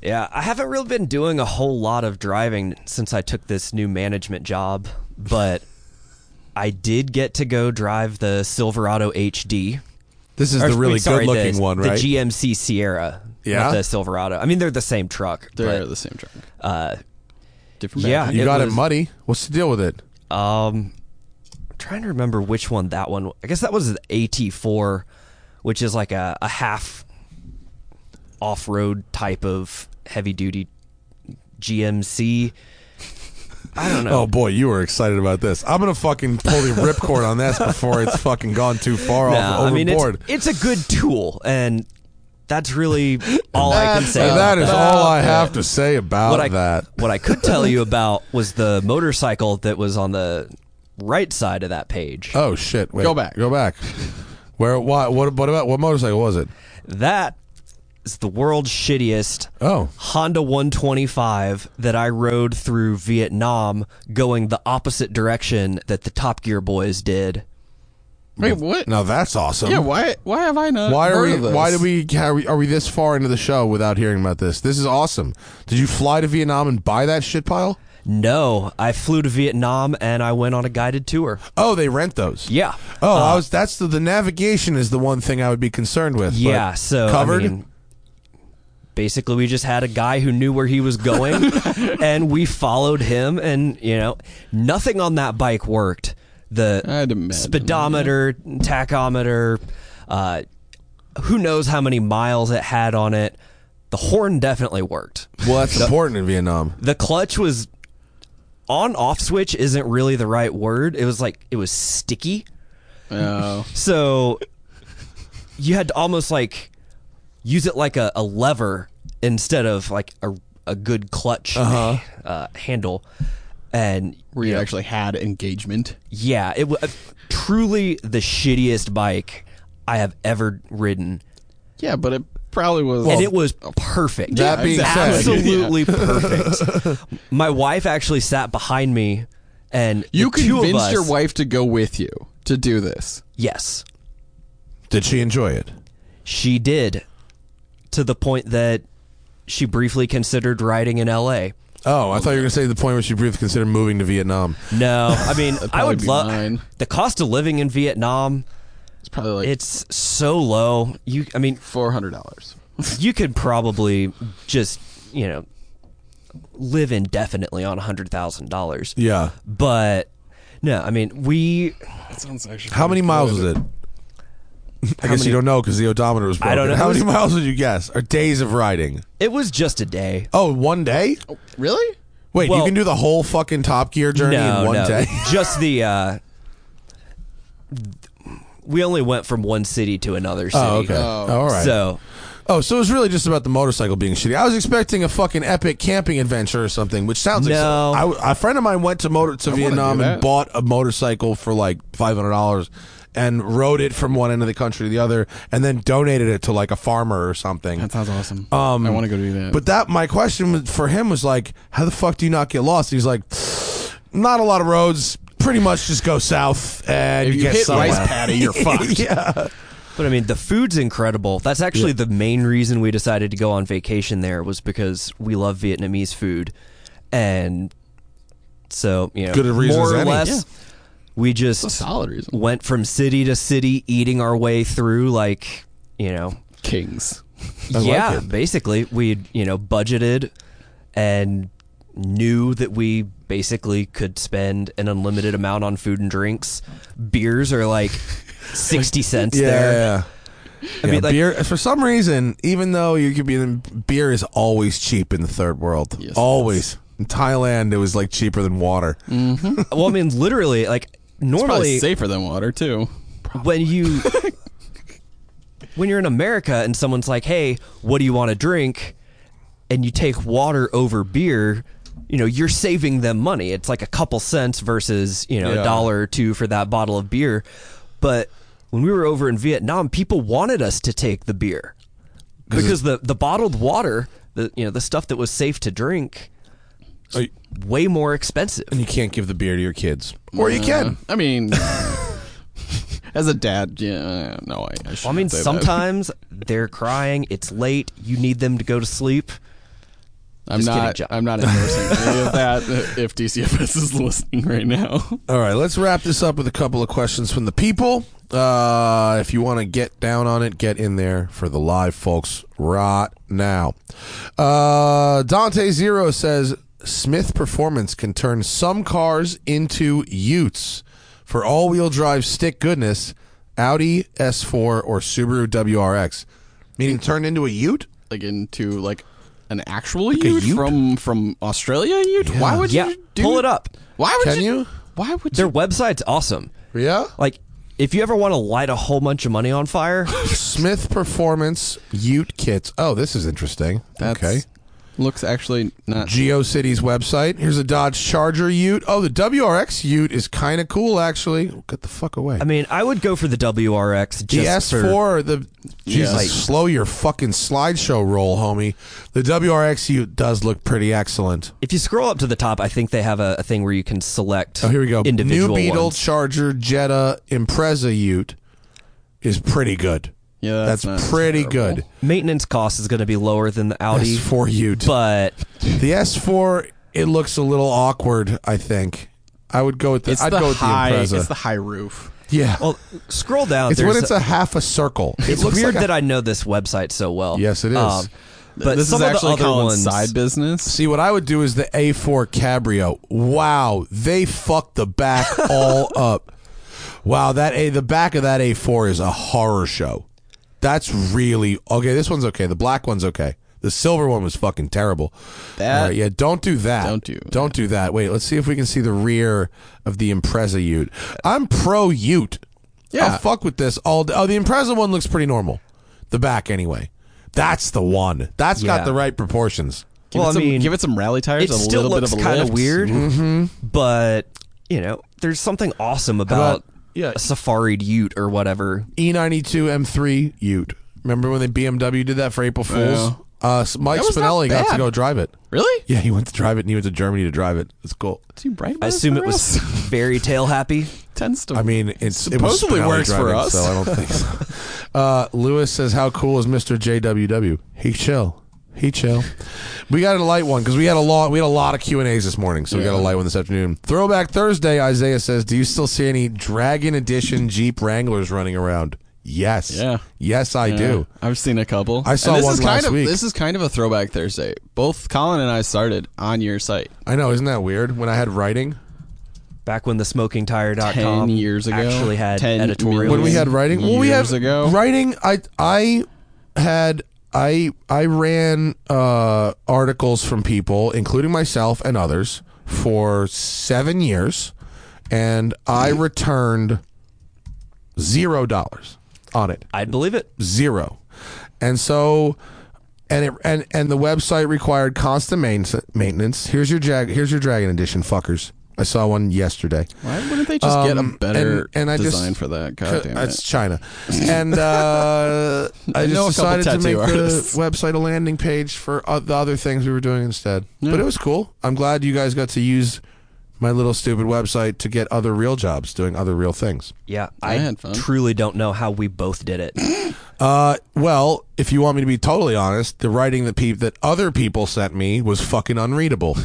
Speaker 4: yeah. I haven't really been doing a whole lot of driving since I took this new management job, but I did get to go drive the Silverado HD.
Speaker 2: This is
Speaker 4: Or,
Speaker 2: the really
Speaker 4: sorry,
Speaker 2: good-looking
Speaker 4: the-
Speaker 2: one, right?
Speaker 4: The GMC Sierra,
Speaker 2: Yeah?
Speaker 4: not the Silverado. I mean, they're the same truck.
Speaker 3: They're
Speaker 4: but,
Speaker 3: the same truck.
Speaker 4: uh,
Speaker 3: Different.
Speaker 4: yeah,
Speaker 3: battery.
Speaker 2: you
Speaker 4: it
Speaker 2: got it
Speaker 4: was-
Speaker 2: muddy. What's the deal with it?
Speaker 4: Um, I'm trying to remember which one that one. I guess that was the AT4, which is like a, a half off-road type of heavy-duty GMC. I don't know.
Speaker 2: Oh boy, you were excited about this. I'm gonna fucking pull the ripcord on this before it's fucking gone too far
Speaker 4: No,
Speaker 2: off
Speaker 4: I mean
Speaker 2: overboard.
Speaker 4: it's, it's a good tool, and that's really all I can say.
Speaker 2: And
Speaker 4: about
Speaker 2: that is
Speaker 4: it.
Speaker 2: all I have to say about
Speaker 4: what I
Speaker 2: that.
Speaker 4: what I could tell you about was the motorcycle that was on the right side of that page.
Speaker 2: Oh shit! Wait,
Speaker 3: Go back.
Speaker 2: Go back. Where? Why? What? What about what motorcycle was it?
Speaker 4: That is the world's shittiest
Speaker 2: Oh,
Speaker 4: Honda 125 that I rode through Vietnam going the opposite direction that the Top Gear boys did.
Speaker 3: Wait, what?
Speaker 2: now that's awesome.
Speaker 3: Yeah. Why? Why have I not?
Speaker 2: Why are
Speaker 3: heard
Speaker 2: we?
Speaker 3: Of this?
Speaker 2: Why did we? Are we? Are we this far into the show without hearing about this? This is awesome. Did you fly to Vietnam and buy that shit pile?
Speaker 4: No, I flew to Vietnam and I went on a guided tour.
Speaker 2: Oh, they rent those.
Speaker 4: Yeah. Uh,
Speaker 2: Oh, I was. That's the the navigation is the one thing I would be concerned with. but
Speaker 4: Yeah, so I
Speaker 2: covered.
Speaker 4: mean, basically, we just had a guy who knew where he was going, and we followed him. And you know, nothing on that bike worked.
Speaker 3: I'd
Speaker 4: The
Speaker 3: imagine,
Speaker 4: speedometer, tachometer, uh, who knows how many miles it had on it. The horn definitely worked.
Speaker 2: well, that's important in Vietnam.
Speaker 4: The clutch was on off switch isn't really the right word. It was like it was sticky.
Speaker 3: Oh.
Speaker 4: So you had to almost like use it like a, a lever instead of like a, a good clutch
Speaker 2: Uh-huh.
Speaker 4: uh handle. And
Speaker 3: Where you actually had engagement.
Speaker 4: yeah, it was truly the shittiest bike I have ever ridden.
Speaker 3: Yeah, but it probably was.
Speaker 4: and it was perfect.
Speaker 2: That being
Speaker 3: exactly.
Speaker 2: said,
Speaker 4: absolutely perfect. My wife actually sat behind me and
Speaker 3: you
Speaker 4: the two of
Speaker 3: convinced
Speaker 4: us,
Speaker 3: your wife to go with you to do this.
Speaker 4: Yes.
Speaker 2: did she enjoy it?
Speaker 4: She did, to the point that she briefly considered riding in L.A.
Speaker 2: Oh, I thought you were gonna say the point where she briefly considered moving to Vietnam.
Speaker 4: No, I mean I would
Speaker 3: be
Speaker 4: love
Speaker 3: mine.
Speaker 4: the cost of living in Vietnam.
Speaker 3: It's probably like
Speaker 4: It's so low. You, I mean,
Speaker 3: four hundred dollars.
Speaker 4: you could probably just you know live indefinitely on a hundred thousand dollars.
Speaker 2: Yeah.
Speaker 4: But no, I mean we.
Speaker 3: That sounds actually.
Speaker 2: How many miles was it? I guess you don't know because the odometer was broken.
Speaker 4: I don't know.
Speaker 2: How
Speaker 4: It
Speaker 2: many
Speaker 4: was-
Speaker 2: miles would you guess? Or days of riding?
Speaker 4: It was just a day.
Speaker 2: Oh, one day?
Speaker 3: Really?
Speaker 2: Wait, you
Speaker 4: Well-
Speaker 2: can do the whole fucking Top Gear journey
Speaker 4: no,
Speaker 2: in one
Speaker 4: no,
Speaker 2: day?
Speaker 4: just the. uh We only went from one city to another city.
Speaker 2: Oh, okay. All right.
Speaker 4: So
Speaker 2: oh, so it was really just about the motorcycle being shitty. I was expecting a fucking epic camping adventure or something, which sounds.
Speaker 4: No.
Speaker 2: exci- I w- a friend of mine went to motor to Vietnam
Speaker 3: do
Speaker 2: and
Speaker 3: that.
Speaker 2: bought a motorcycle for like five hundred dollars, and rode it from one end of the country to the other, and then donated it to like a farmer or something.
Speaker 3: That sounds awesome. Um, I want to go do that.
Speaker 2: But that my question was- for him was like, how the fuck do you not get lost? He's like, not a lot of roads. Pretty much just go south and
Speaker 3: if
Speaker 2: you
Speaker 3: you,
Speaker 2: get
Speaker 3: hit
Speaker 2: somewhere.
Speaker 3: rice patty, you're fucked.
Speaker 4: But I mean, the food's incredible. That's actually the main reason we decided to go on vacation there was because we love Vietnamese food, and so you know,
Speaker 2: Good a reason
Speaker 4: more
Speaker 2: as
Speaker 4: or
Speaker 2: any.
Speaker 4: less,
Speaker 2: Yeah.
Speaker 4: we just
Speaker 3: Solid reason.
Speaker 4: went from city to city, eating our way through, like you know,
Speaker 3: Kings.
Speaker 2: like
Speaker 4: yeah,
Speaker 2: it.
Speaker 4: basically we you know budgeted and knew that we basically could spend an unlimited amount on food and drinks. Beers are like sixty cents
Speaker 2: Yeah,
Speaker 4: there.
Speaker 2: yeah, yeah.
Speaker 4: I
Speaker 2: Yeah,
Speaker 4: mean, like-
Speaker 2: beer. For some reason, even though you could be in, beer is always cheap in the third world.
Speaker 3: Yes, it
Speaker 2: always in Thailand, it was like cheaper than water.
Speaker 3: Mm.
Speaker 4: Well, I mean, literally, like
Speaker 3: Probably
Speaker 4: normally
Speaker 3: safer than water too.
Speaker 4: when you when you're in America and someone's like, "Hey, what do you want to drink?" and you take water over beer, you know, you're saving them money. It's like a couple cents versus you know
Speaker 2: Yeah.
Speaker 4: a dollar or two for that bottle of beer. But when we were over in Vietnam, people wanted us to take the beer because the the bottled water, the you know the stuff that was safe to drink.
Speaker 2: Oh, you-
Speaker 4: way more expensive.
Speaker 2: and you can't give the beer to your kids, or you can.
Speaker 3: Uh, I mean, as a dad, yeah, no, I. I,
Speaker 4: Well, I mean,
Speaker 3: shouldn't say that.
Speaker 4: sometimes they're crying. It's late. You need them to go to sleep.
Speaker 3: I'm
Speaker 4: just kidding,
Speaker 3: not.
Speaker 4: John.
Speaker 3: I'm not endorsing any of that. uh, If DCFS is listening right now,
Speaker 2: All right, let's wrap this up with a couple of questions from the people. Uh, if you want to get down on it, get in there for the live folks right now. Uh, Dante Zero says Smith Performance can turn some cars into Utes for all-wheel drive stick goodness. Audi S4 or Subaru WRX, meaning turned into a Ute.
Speaker 3: like into like an actual
Speaker 2: a
Speaker 3: Ute,
Speaker 2: Ute?
Speaker 3: from from Australia Ute. Why would
Speaker 4: Yeah,
Speaker 3: you do,
Speaker 4: pull it up.
Speaker 3: Why would
Speaker 2: Can you?
Speaker 3: Why would
Speaker 4: Their
Speaker 3: you?
Speaker 4: website's awesome.
Speaker 2: Yeah,
Speaker 4: Like, if you ever want to light a whole bunch of money on fire,
Speaker 2: Smith Performance Ute kits. Oh, this is interesting. okay,
Speaker 3: Looks actually not.
Speaker 2: GeoCities website. Here's a Dodge Charger Ute. Oh, the WRX Ute is kind of cool, actually. Get the fuck away.
Speaker 4: I mean, I would go for the WRX. Just
Speaker 2: the S4,
Speaker 4: for-
Speaker 2: the Jesus, slow your fucking slideshow roll, homie. The WRX Ute does look pretty excellent.
Speaker 4: if you scroll up to the top, I think they have a, a thing where you can select.
Speaker 2: Oh, here we go.
Speaker 4: Individual
Speaker 2: New Beetle
Speaker 4: ones.
Speaker 2: Charger Jetta Impreza Ute is pretty good.
Speaker 3: Yeah,
Speaker 2: that's,
Speaker 3: that's not
Speaker 2: pretty
Speaker 3: terrible.
Speaker 2: good.
Speaker 4: Maintenance cost is going to be lower than the Audi,
Speaker 2: S4 Ute.
Speaker 4: but
Speaker 2: the S4, it looks a little awkward. I think I would go with the.
Speaker 3: It's
Speaker 2: I'd
Speaker 3: the
Speaker 2: go with
Speaker 3: high.
Speaker 2: the Impreza.
Speaker 3: it's the high roof.
Speaker 2: yeah.
Speaker 4: well, scroll down.
Speaker 2: It's
Speaker 4: there's
Speaker 2: when it's a, half a circle. It
Speaker 4: it's
Speaker 2: looks
Speaker 4: weird
Speaker 2: like a-
Speaker 4: that I know this website so well. Um,
Speaker 2: Yes, it is.
Speaker 4: but
Speaker 3: this is
Speaker 4: some of the
Speaker 3: actually
Speaker 4: other
Speaker 3: Colin's
Speaker 4: ones,
Speaker 3: side business.
Speaker 2: See what I would do is the A4 Cabrio. Wow, they fucked the back all up. Wow, that a the back of that A4 is a horror show. That's really okay. This one's okay. The black one's okay. The silver one was fucking terrible.
Speaker 3: That-
Speaker 2: All right, yeah, don't do that.
Speaker 3: Don't do
Speaker 2: Don't do that. Wait, let's see if we can see the rear of the Impreza Ute. I'm pro Ute.
Speaker 3: Yeah.
Speaker 2: I'll fuck with this all. Day. Oh, the Impreza one looks pretty normal. The back anyway. That's the one. That's got
Speaker 4: Yeah.
Speaker 2: the right proportions.
Speaker 3: Give
Speaker 4: Well,
Speaker 3: it
Speaker 4: I
Speaker 3: some,
Speaker 4: mean,
Speaker 3: give it some rally tires.
Speaker 4: it
Speaker 3: a
Speaker 4: still
Speaker 3: little
Speaker 4: looks
Speaker 3: bit of a
Speaker 4: kind of
Speaker 3: lift.
Speaker 4: weird, but you know, there's something awesome about,
Speaker 2: about- yeah.
Speaker 4: a safaried Ute or whatever.
Speaker 2: E E92 M3 Ute. Remember when the BMW did that for April Fools? Uh, s- Mike
Speaker 3: That was not
Speaker 2: Spinelli got to
Speaker 3: bad.
Speaker 2: go drive it.
Speaker 3: Really?
Speaker 2: Yeah, he went to drive it, and he went to Germany to drive it. It's cool.
Speaker 3: Too bright.
Speaker 4: I assume it was very tail happy.
Speaker 3: tends to.
Speaker 2: I mean, it's
Speaker 3: Supposedly
Speaker 2: it was
Speaker 3: works
Speaker 2: Spinelli
Speaker 3: for
Speaker 2: driving,
Speaker 3: us.
Speaker 2: so I don't think so. Uh, Lewis says, "How cool is Mister JWW? He chill, he chill." We got a light one because we had a lot. We had a lot of Q and A's this morning, so we got a light one this afternoon. Throwback Thursday. Isaiah says, "Do you still see any Dragon Edition Jeep Wranglers running around?" Yes.
Speaker 3: Yeah.
Speaker 2: Yes, I do.
Speaker 3: Yeah, I've seen a couple.
Speaker 2: I saw
Speaker 3: And this
Speaker 2: one
Speaker 3: is kind
Speaker 2: last
Speaker 3: of,
Speaker 2: week.
Speaker 3: This is kind of a throwback Thursday. Both Colin and I started on your site.
Speaker 2: I know, isn't that weird? When I had writing,
Speaker 4: Back when the smokingtire.com
Speaker 3: 10 years ago.
Speaker 4: actually had
Speaker 3: 10
Speaker 4: editorials.
Speaker 2: when we had writing, well, we
Speaker 3: Mm-hmm. Years
Speaker 2: had
Speaker 3: ago.
Speaker 2: writing. I I had I I ran uh, articles from people, including myself and others, for seven years, and I
Speaker 3: Mm-hmm.
Speaker 2: returned zero dollars on it.
Speaker 4: I'd believe it.
Speaker 2: zero. And so and it and and the website required constant main- maintenance. Here's your jag here's your Dragon Edition fuckers. I saw one yesterday.
Speaker 3: Why wouldn't they just get a
Speaker 2: Um,
Speaker 3: better
Speaker 2: and- and I just-
Speaker 3: design for that? God damn
Speaker 2: That's
Speaker 3: it.
Speaker 2: China. And uh, I
Speaker 3: I know
Speaker 2: just
Speaker 3: a couple
Speaker 2: decided to make
Speaker 3: tattoo artists.
Speaker 2: the website a landing page for uh, the other things we were doing instead. But it was cool. I'm glad you guys got to use my little stupid website to get other real jobs doing other real things.
Speaker 4: Yeah,
Speaker 3: I
Speaker 4: I
Speaker 3: had fun.
Speaker 4: truly don't know how we both did it.
Speaker 2: Uh, well, if you want me to be totally honest, the writing that peop that other people sent me was fucking unreadable.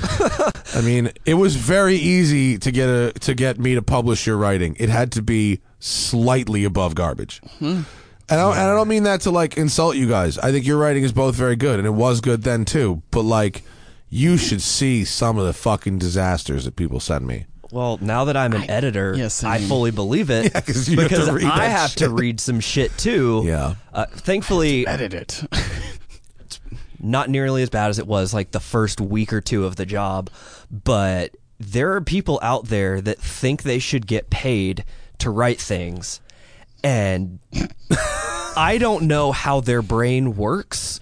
Speaker 2: I mean, it was very easy to get a to get me to publish your writing. It had to be slightly above garbage. And I, don't, and I don't mean that to like insult you guys. I think your writing is both very good, and it was good then too. But like, you should see some of the fucking disasters that people send me.
Speaker 4: Well, now that I'm an editor,
Speaker 3: yeah, same.
Speaker 4: I fully believe it
Speaker 2: 'cause you have to
Speaker 4: because
Speaker 2: read
Speaker 4: I
Speaker 2: that
Speaker 4: have to
Speaker 2: shit.
Speaker 4: read some shit too.
Speaker 2: Yeah.
Speaker 4: Uh, thankfully,
Speaker 3: Edit it.
Speaker 4: not nearly as bad as it was like the first week or two of the job, but there are people out there that think they should get paid to write things and I don't know how their brain works,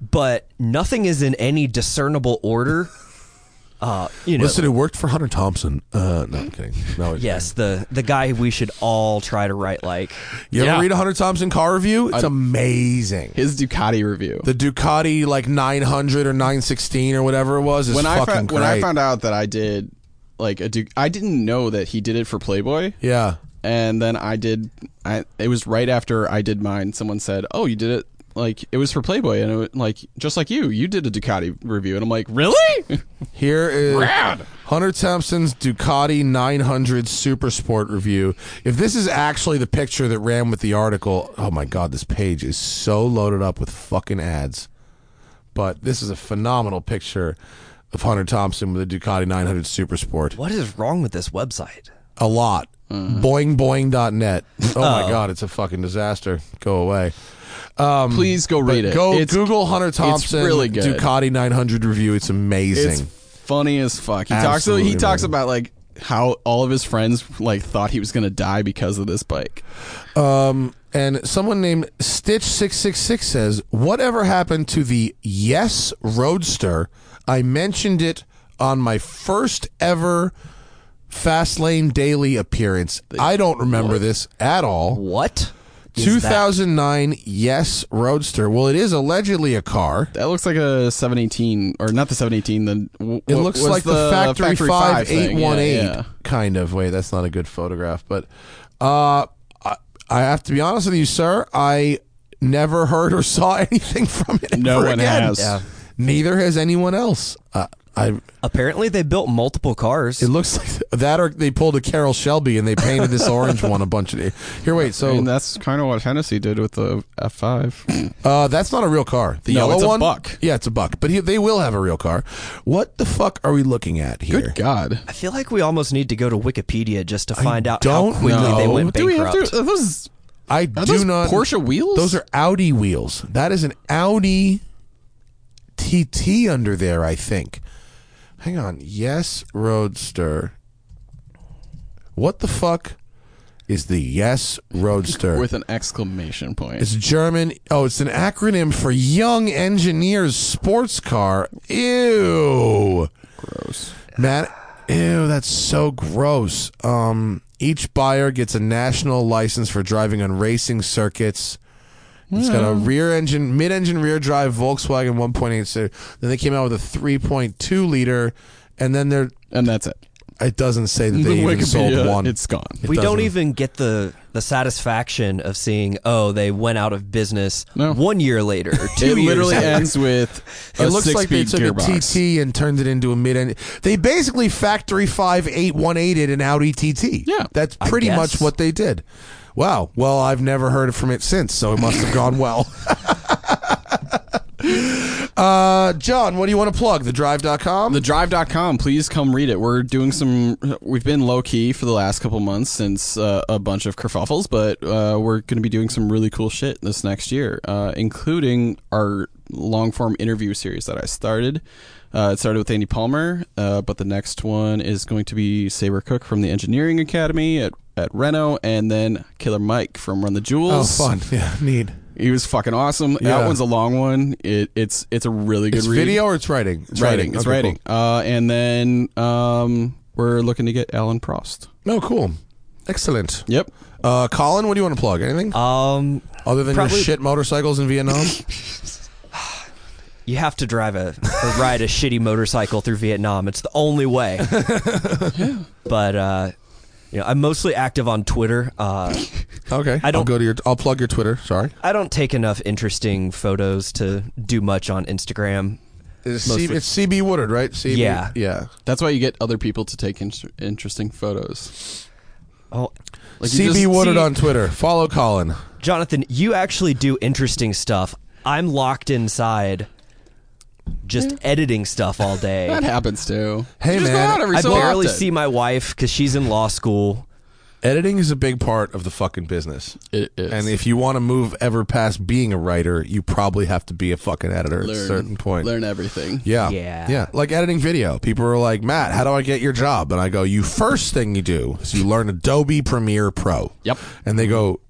Speaker 4: but nothing is in any discernible order Uh, you know,
Speaker 2: Listen, it worked for Hunter Thompson. Uh, no, I'm kidding. No, it's-
Speaker 4: yes, the the guy we should all try to write like.
Speaker 2: You ever
Speaker 3: Yeah.
Speaker 2: read a Hunter Thompson car review? It's amazing.
Speaker 3: His Ducati review.
Speaker 2: The Ducati like 900 or 916 or whatever it was is
Speaker 3: when I
Speaker 2: fucking
Speaker 3: found,
Speaker 2: great.
Speaker 3: when I found out that I did like a Duc- I didn't know that he did it for Playboy.
Speaker 2: yeah.
Speaker 3: and then I did. I it was right after I did mine. Someone said, "Oh, you did it like it was for Playboy," and it was, like just like you, you did a Ducati review, and I'm like, "Really?
Speaker 2: Here is Hunter Thompson's Ducati 900 Super Sport review. If this is actually the picture that ran with the article, oh my god, this page is so loaded up with fucking ads. But this is a phenomenal picture of Hunter Thompson with a Ducati 900 Super Sport.
Speaker 4: What is wrong with this website?
Speaker 2: A lot.
Speaker 3: Hmm.
Speaker 2: Boing boing.net. Oh, my god, it's a fucking disaster. Go away.
Speaker 3: Please go read it.
Speaker 2: Um, Go
Speaker 3: it's,
Speaker 2: Google Hunter Thompson
Speaker 3: really good.
Speaker 2: Ducati 900 review. It's amazing.
Speaker 3: It's funny as fuck. He
Speaker 2: Absolutely,
Speaker 3: talks. He talks
Speaker 2: man.
Speaker 3: about like how all of his friends like thought he was gonna die because of this bike.
Speaker 2: And someone named Stitch666 says, Whatever happened to the Yes Roadster? I mentioned it on my first ever Fastlane Daily appearance. I don't remember this at all.
Speaker 4: What? is that?
Speaker 2: 2009 Yes Roadster. Well, it is allegedly a car.
Speaker 3: That looks like a 718 or not the 718. The w-
Speaker 2: It
Speaker 3: what
Speaker 2: looks
Speaker 3: was
Speaker 2: like the,
Speaker 3: the
Speaker 2: factory,
Speaker 3: Five
Speaker 2: five eight
Speaker 3: thing. Yeah,
Speaker 2: one eight
Speaker 3: yeah.
Speaker 2: kind of. Wait, that's not a good photograph, but uh, I, I have to be honest with you, sir. I never heard or saw anything from it.
Speaker 3: No
Speaker 2: ever
Speaker 3: one
Speaker 2: again.
Speaker 3: has. Yeah.
Speaker 2: Neither has anyone else. Uh, I.
Speaker 4: Apparently, they built multiple cars.
Speaker 2: It looks like that, or they pulled a Carol Shelby and they painted this orange one a bunch of. Here, wait.
Speaker 3: And
Speaker 2: So
Speaker 3: that's kind of what Hennessy did with the F5.
Speaker 2: uh, that's not a real car. The
Speaker 3: No,
Speaker 2: yellow
Speaker 3: it's a
Speaker 2: one.
Speaker 3: buck.
Speaker 2: Yeah, it's a buck. But he, they will have a real car. What the fuck are we looking at here?
Speaker 3: Good God.
Speaker 4: I feel like we almost need to go to Wikipedia just to find out
Speaker 2: don't
Speaker 4: how quickly they
Speaker 2: know.
Speaker 4: went
Speaker 3: Do we have
Speaker 4: bankrupt.
Speaker 3: to? Are those,
Speaker 2: I
Speaker 3: are
Speaker 2: do
Speaker 3: those
Speaker 2: not.
Speaker 3: Porsche wheels?
Speaker 2: Those are Audi wheels. That is an Audi TT under there, I think. Hang on. Yes, Roadster. What the fuck is the Yes Roadster?
Speaker 3: with an exclamation point.
Speaker 2: it's German. Oh, it's an acronym for Young Engineers Sports Car. Ew.
Speaker 3: gross.
Speaker 2: Man, ew, that's so gross. Um, each buyer gets a national license for driving on racing circuits. It's got
Speaker 3: Hmm.
Speaker 2: a rear engine, mid engine rear drive Volkswagen 1.8. So then they came out with a 3.2 liter, and then they're.
Speaker 3: And that's it.
Speaker 2: It doesn't say that they even sold one.
Speaker 3: It's gone.
Speaker 2: It
Speaker 4: we don't
Speaker 2: doesn't-
Speaker 4: even get the the satisfaction of seeing oh they went out of business
Speaker 3: No.
Speaker 4: one year later or two
Speaker 3: It
Speaker 4: years
Speaker 3: literally
Speaker 4: later.
Speaker 3: ends with a
Speaker 2: It looks like they
Speaker 3: six-speed
Speaker 2: took
Speaker 3: gearbox.
Speaker 2: a TT and turned it into a mid end. They basically factory five eight one eight it an Audi TT.
Speaker 3: Yeah.
Speaker 2: that's pretty
Speaker 4: guess.
Speaker 2: much what they did. Wow. Well, I've never heard from it since, so it must have gone well. uh, John, what do you want to plug? TheDrive.com?
Speaker 3: The drive.com, please come read it. We're doing some, we've been low key for the last couple months since uh, a bunch of kerfuffles, but uh, we're going to be doing some really cool shit this next year, uh, including our long form interview series that I started. Uh, it started with Andy Palmer, uh, but the next one is going to be Saber Cook from the Engineering Academy at, at Reno, and then Killer Mike from Run the
Speaker 2: oh,
Speaker 3: Jewels.
Speaker 2: fun. Yeah, need.
Speaker 3: He was fucking awesome.
Speaker 2: Yeah.
Speaker 3: That one's a long one. It, it's it's a really good
Speaker 2: It's
Speaker 3: read
Speaker 2: video or it's writing? It's
Speaker 3: writing. It's
Speaker 2: Okay,
Speaker 3: writing. Uh, and then um, we're looking to get Alan Prost.
Speaker 2: Cool. No, cool. Excellent.
Speaker 3: Yep.
Speaker 2: Uh, Colin, what do you want to plug? Anything
Speaker 3: Uh,
Speaker 4: um
Speaker 2: other than
Speaker 4: probably-
Speaker 2: your shit motorcycles in Vietnam?
Speaker 4: you have to drive a or ride a shitty motorcycle through Vietnam it's the only way but uh you know I'm mostly active on Twitter uh
Speaker 2: okay,
Speaker 4: I
Speaker 2: I'll
Speaker 4: don't-
Speaker 2: go to your. I'll plug your Twitter. Sorry.
Speaker 4: I don't take enough interesting photos to do much on Instagram
Speaker 2: It's,
Speaker 4: Mostly.
Speaker 2: C- it's CB Woodard, right? CB,
Speaker 4: Yeah.
Speaker 2: yeah.
Speaker 3: That's why you get other people to take in- interesting photos.
Speaker 4: oh
Speaker 3: Like you
Speaker 2: CB
Speaker 3: just
Speaker 2: Woodard
Speaker 3: see-
Speaker 2: on Twitter. Follow Colin.
Speaker 4: Jonathan, you actually do interesting stuff. I'm locked inside just editing stuff all day.
Speaker 3: That happens too.
Speaker 2: Hey,
Speaker 3: You just
Speaker 2: man,
Speaker 3: Go out every
Speaker 4: I
Speaker 3: so
Speaker 4: barely
Speaker 3: often.
Speaker 4: see my wife because she's in law school.
Speaker 2: Editing is a big part of the fucking business.
Speaker 3: It is.
Speaker 2: And if you want to move ever past being a writer, you probably have to be a fucking editor at a certain point.
Speaker 3: Learn everything.
Speaker 2: Yeah.
Speaker 4: Yeah.
Speaker 2: Yeah. Like editing video. People are like, Matt, how do I get your job? And I go, you first thing you do is you learn Adobe Premiere Pro.
Speaker 3: Yep.
Speaker 2: And they go,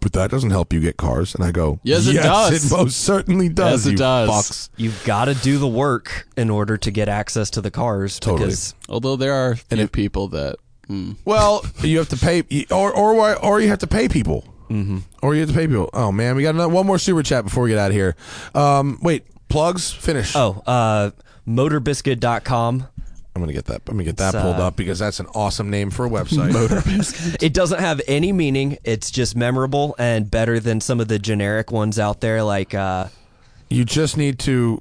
Speaker 2: but that doesn't help you get cars. And I go,
Speaker 3: Yes, it does."
Speaker 2: It most certainly
Speaker 3: Yes,
Speaker 2: does.
Speaker 3: it
Speaker 2: you
Speaker 3: does.
Speaker 2: fucks."
Speaker 4: You've got to do the work in order to get access to the cars.
Speaker 2: Totally.
Speaker 4: Because
Speaker 3: Although there are few people that mm,
Speaker 2: Well, you have to pay, or or why- or you have to pay people, mm-hmm. or you have to pay people. Oh man, we got another, one more super chat before we get out of here. Um, wait, plugs finish.
Speaker 4: oh, uh, motorbiscuit.com.
Speaker 2: I'm gonna get that. I'm gonna get that
Speaker 4: It's,
Speaker 2: pulled
Speaker 4: uh,
Speaker 2: up because that's an awesome name for a website. Motor
Speaker 4: It doesn't have any meaning. It's just memorable and better than some of the generic ones out there, like uh,
Speaker 2: You just need to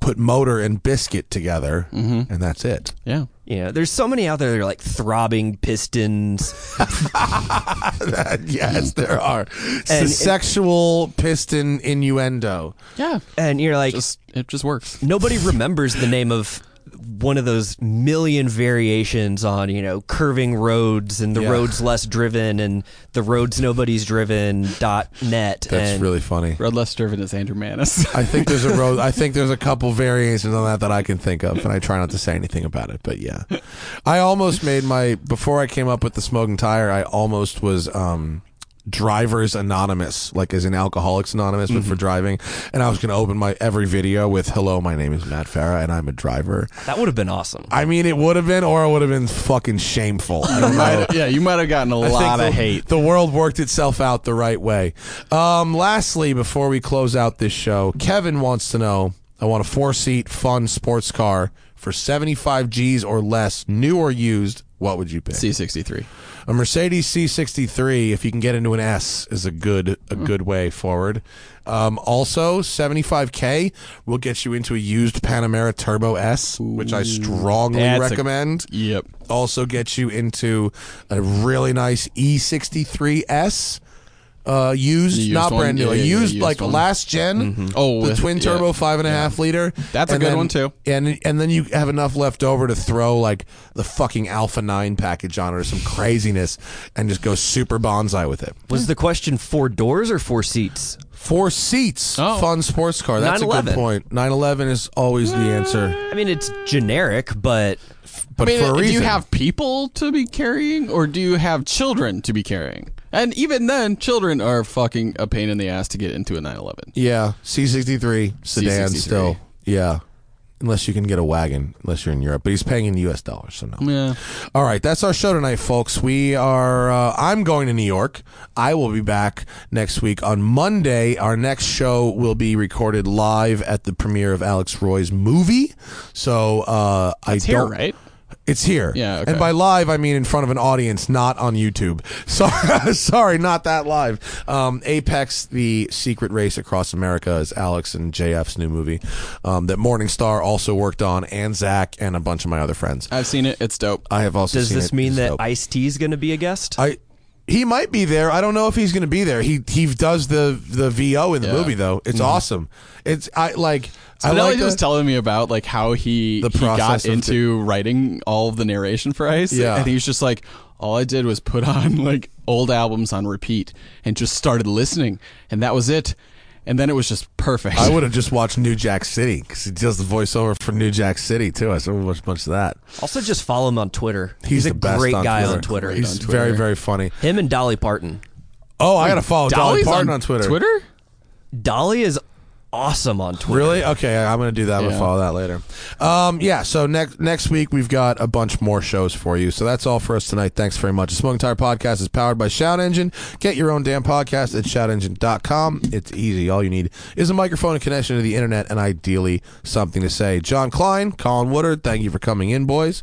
Speaker 2: put motor and biscuit together,
Speaker 4: Mm-hmm.
Speaker 2: and that's it.
Speaker 3: yeah.
Speaker 4: You know, there's so many out there that are like throbbing pistons.
Speaker 2: yes, there are. It's
Speaker 4: And
Speaker 2: the
Speaker 4: it-
Speaker 2: sexual piston innuendo.
Speaker 3: Yeah.
Speaker 4: and you're like,
Speaker 3: Just it just works.
Speaker 4: nobody remembers the name of one of those million variations on, you know, curving roads and the
Speaker 2: Yeah.
Speaker 4: roads less driven and the roads nobody's driven dot net.
Speaker 2: That's
Speaker 4: and
Speaker 2: really funny.
Speaker 3: Red Less Driven is Andrew Manis.
Speaker 2: I think there's a road. I think there's a couple variations on that that I can think of, and I try not to say anything about it. But yeah, I almost made my before I came up with the smoking tire. I almost was um, drivers anonymous, like as in Alcoholics Anonymous, but for driving. And I was going to open my every video with "Hello, my name is Matt Farah, and I'm a driver."
Speaker 4: that would have been awesome.
Speaker 2: I mean, it would have been, or it would have been fucking shameful. I don't know.
Speaker 3: yeah, you might have gotten a
Speaker 2: I think
Speaker 3: lot
Speaker 2: the,
Speaker 3: of hate.
Speaker 2: The world worked itself out the right way. Um, lastly, before we close out this show, Kevin wants to know I want a four seat fun sports car for 75 G's or less, new or used. What would you pick?
Speaker 3: C sixty three.
Speaker 2: A Mercedes C63, if you can get into an S, is a good a
Speaker 3: Hmm.
Speaker 2: good way forward. Um, also, 75K will get you into a used Panamera Turbo S, which I strongly
Speaker 3: That's a-
Speaker 2: recommend
Speaker 3: Yep.
Speaker 2: also gets you into a really nice E63S. Uh, used,
Speaker 3: The used
Speaker 2: not
Speaker 3: one?
Speaker 2: brand new.
Speaker 3: Yeah,
Speaker 2: a
Speaker 3: yeah, yeah,
Speaker 2: used,
Speaker 3: used
Speaker 2: like
Speaker 3: one.
Speaker 2: last general
Speaker 3: Oh,
Speaker 2: the
Speaker 3: with-
Speaker 2: twin turbo
Speaker 3: yeah.
Speaker 2: five and a half liter.
Speaker 3: That's a
Speaker 2: And
Speaker 3: good
Speaker 2: then-
Speaker 3: one, too.
Speaker 2: And and then you have enough left over to throw like the fucking Alpha Nine package on it or some craziness, and just go super bonsai with it.
Speaker 4: Was the question four doors or four seats?
Speaker 2: Four seats,
Speaker 3: Oh.
Speaker 2: fun sports car. That's a good
Speaker 4: 911.
Speaker 2: point. Nine eleven is always the answer,
Speaker 4: I mean, it's generic, but
Speaker 2: but
Speaker 3: I mean,
Speaker 2: for a
Speaker 3: do
Speaker 2: reason.
Speaker 3: you have people to be carrying, or do you have children to be carrying? And even then, children are fucking a pain in the ass to get into a 911.
Speaker 2: Yeah, C63 sedan
Speaker 3: C63.
Speaker 2: still. Yeah. Unless you can get a wagon, unless you're in Europe, but he's paying in U.S. dollars, so no.
Speaker 3: Yeah.
Speaker 2: All right, that's our show tonight, folks. We are. Uh, I'm going to New York. I will be back next week on Monday. Our next show will be recorded live at the premiere of Alex Roy's movie. So uh, I
Speaker 3: Here,
Speaker 2: don't.
Speaker 3: right?
Speaker 2: It's here.
Speaker 3: Yeah, okay.
Speaker 2: And by live, I mean in front of an audience, not on YouTube. Sorry, sorry, not that live. Um, Apex: The Secret Race Across America is Alex and JF's new movie um, that Morningstar also worked on, and Zach and a bunch of my other friends.
Speaker 3: I've seen it. It's dope.
Speaker 2: I have also.
Speaker 4: does
Speaker 2: seen
Speaker 4: this
Speaker 2: it.
Speaker 4: mean
Speaker 2: It's
Speaker 4: that
Speaker 2: dope.
Speaker 4: Ice T is going to be a guest?
Speaker 2: I he might be there. I don't know if he's going to be there. He he does the the VO in the
Speaker 3: Yeah.
Speaker 2: movie though. It's
Speaker 4: Mm-hmm.
Speaker 2: awesome. It's I like. I
Speaker 3: Spinelli
Speaker 2: like
Speaker 3: was
Speaker 2: the-
Speaker 3: telling me about like how he,
Speaker 2: The
Speaker 3: he got
Speaker 2: process of
Speaker 3: into writing all of the narration for Ice.
Speaker 2: Yeah.
Speaker 3: And he was just like, all I did was put on like old albums on repeat and just started listening. And that was it. And then it was just perfect.
Speaker 2: I would have just watched New Jack City because he does the voiceover for New Jack City too. I saw a bunch bunch of that.
Speaker 4: also, just follow him on Twitter.
Speaker 2: He's,
Speaker 4: a
Speaker 2: the best
Speaker 4: great
Speaker 2: on
Speaker 4: guy
Speaker 2: Twitter.
Speaker 4: on Twitter.
Speaker 2: He's very very funny.
Speaker 4: Him and Dolly Parton.
Speaker 2: Oh, I gotta follow
Speaker 3: Dolly's
Speaker 2: Dolly Parton on, Twitter.
Speaker 3: Twitter?
Speaker 4: Dolly is awesome on Twitter.
Speaker 2: Really? Okay, I- I'm gonna do that. I'm gonna
Speaker 3: Yeah.
Speaker 2: follow that later. Um, yeah. So next next week we've got a bunch more shows for you. So that's all for us tonight. Thanks very much. The Smoking Tire Podcast is powered by Shout Engine. Get your own damn podcast at shoutengine.com. It's easy. All you need is a microphone, a connection to the internet, and ideally something to say. John Klein, Colin Woodard. Thank you for coming in, boys.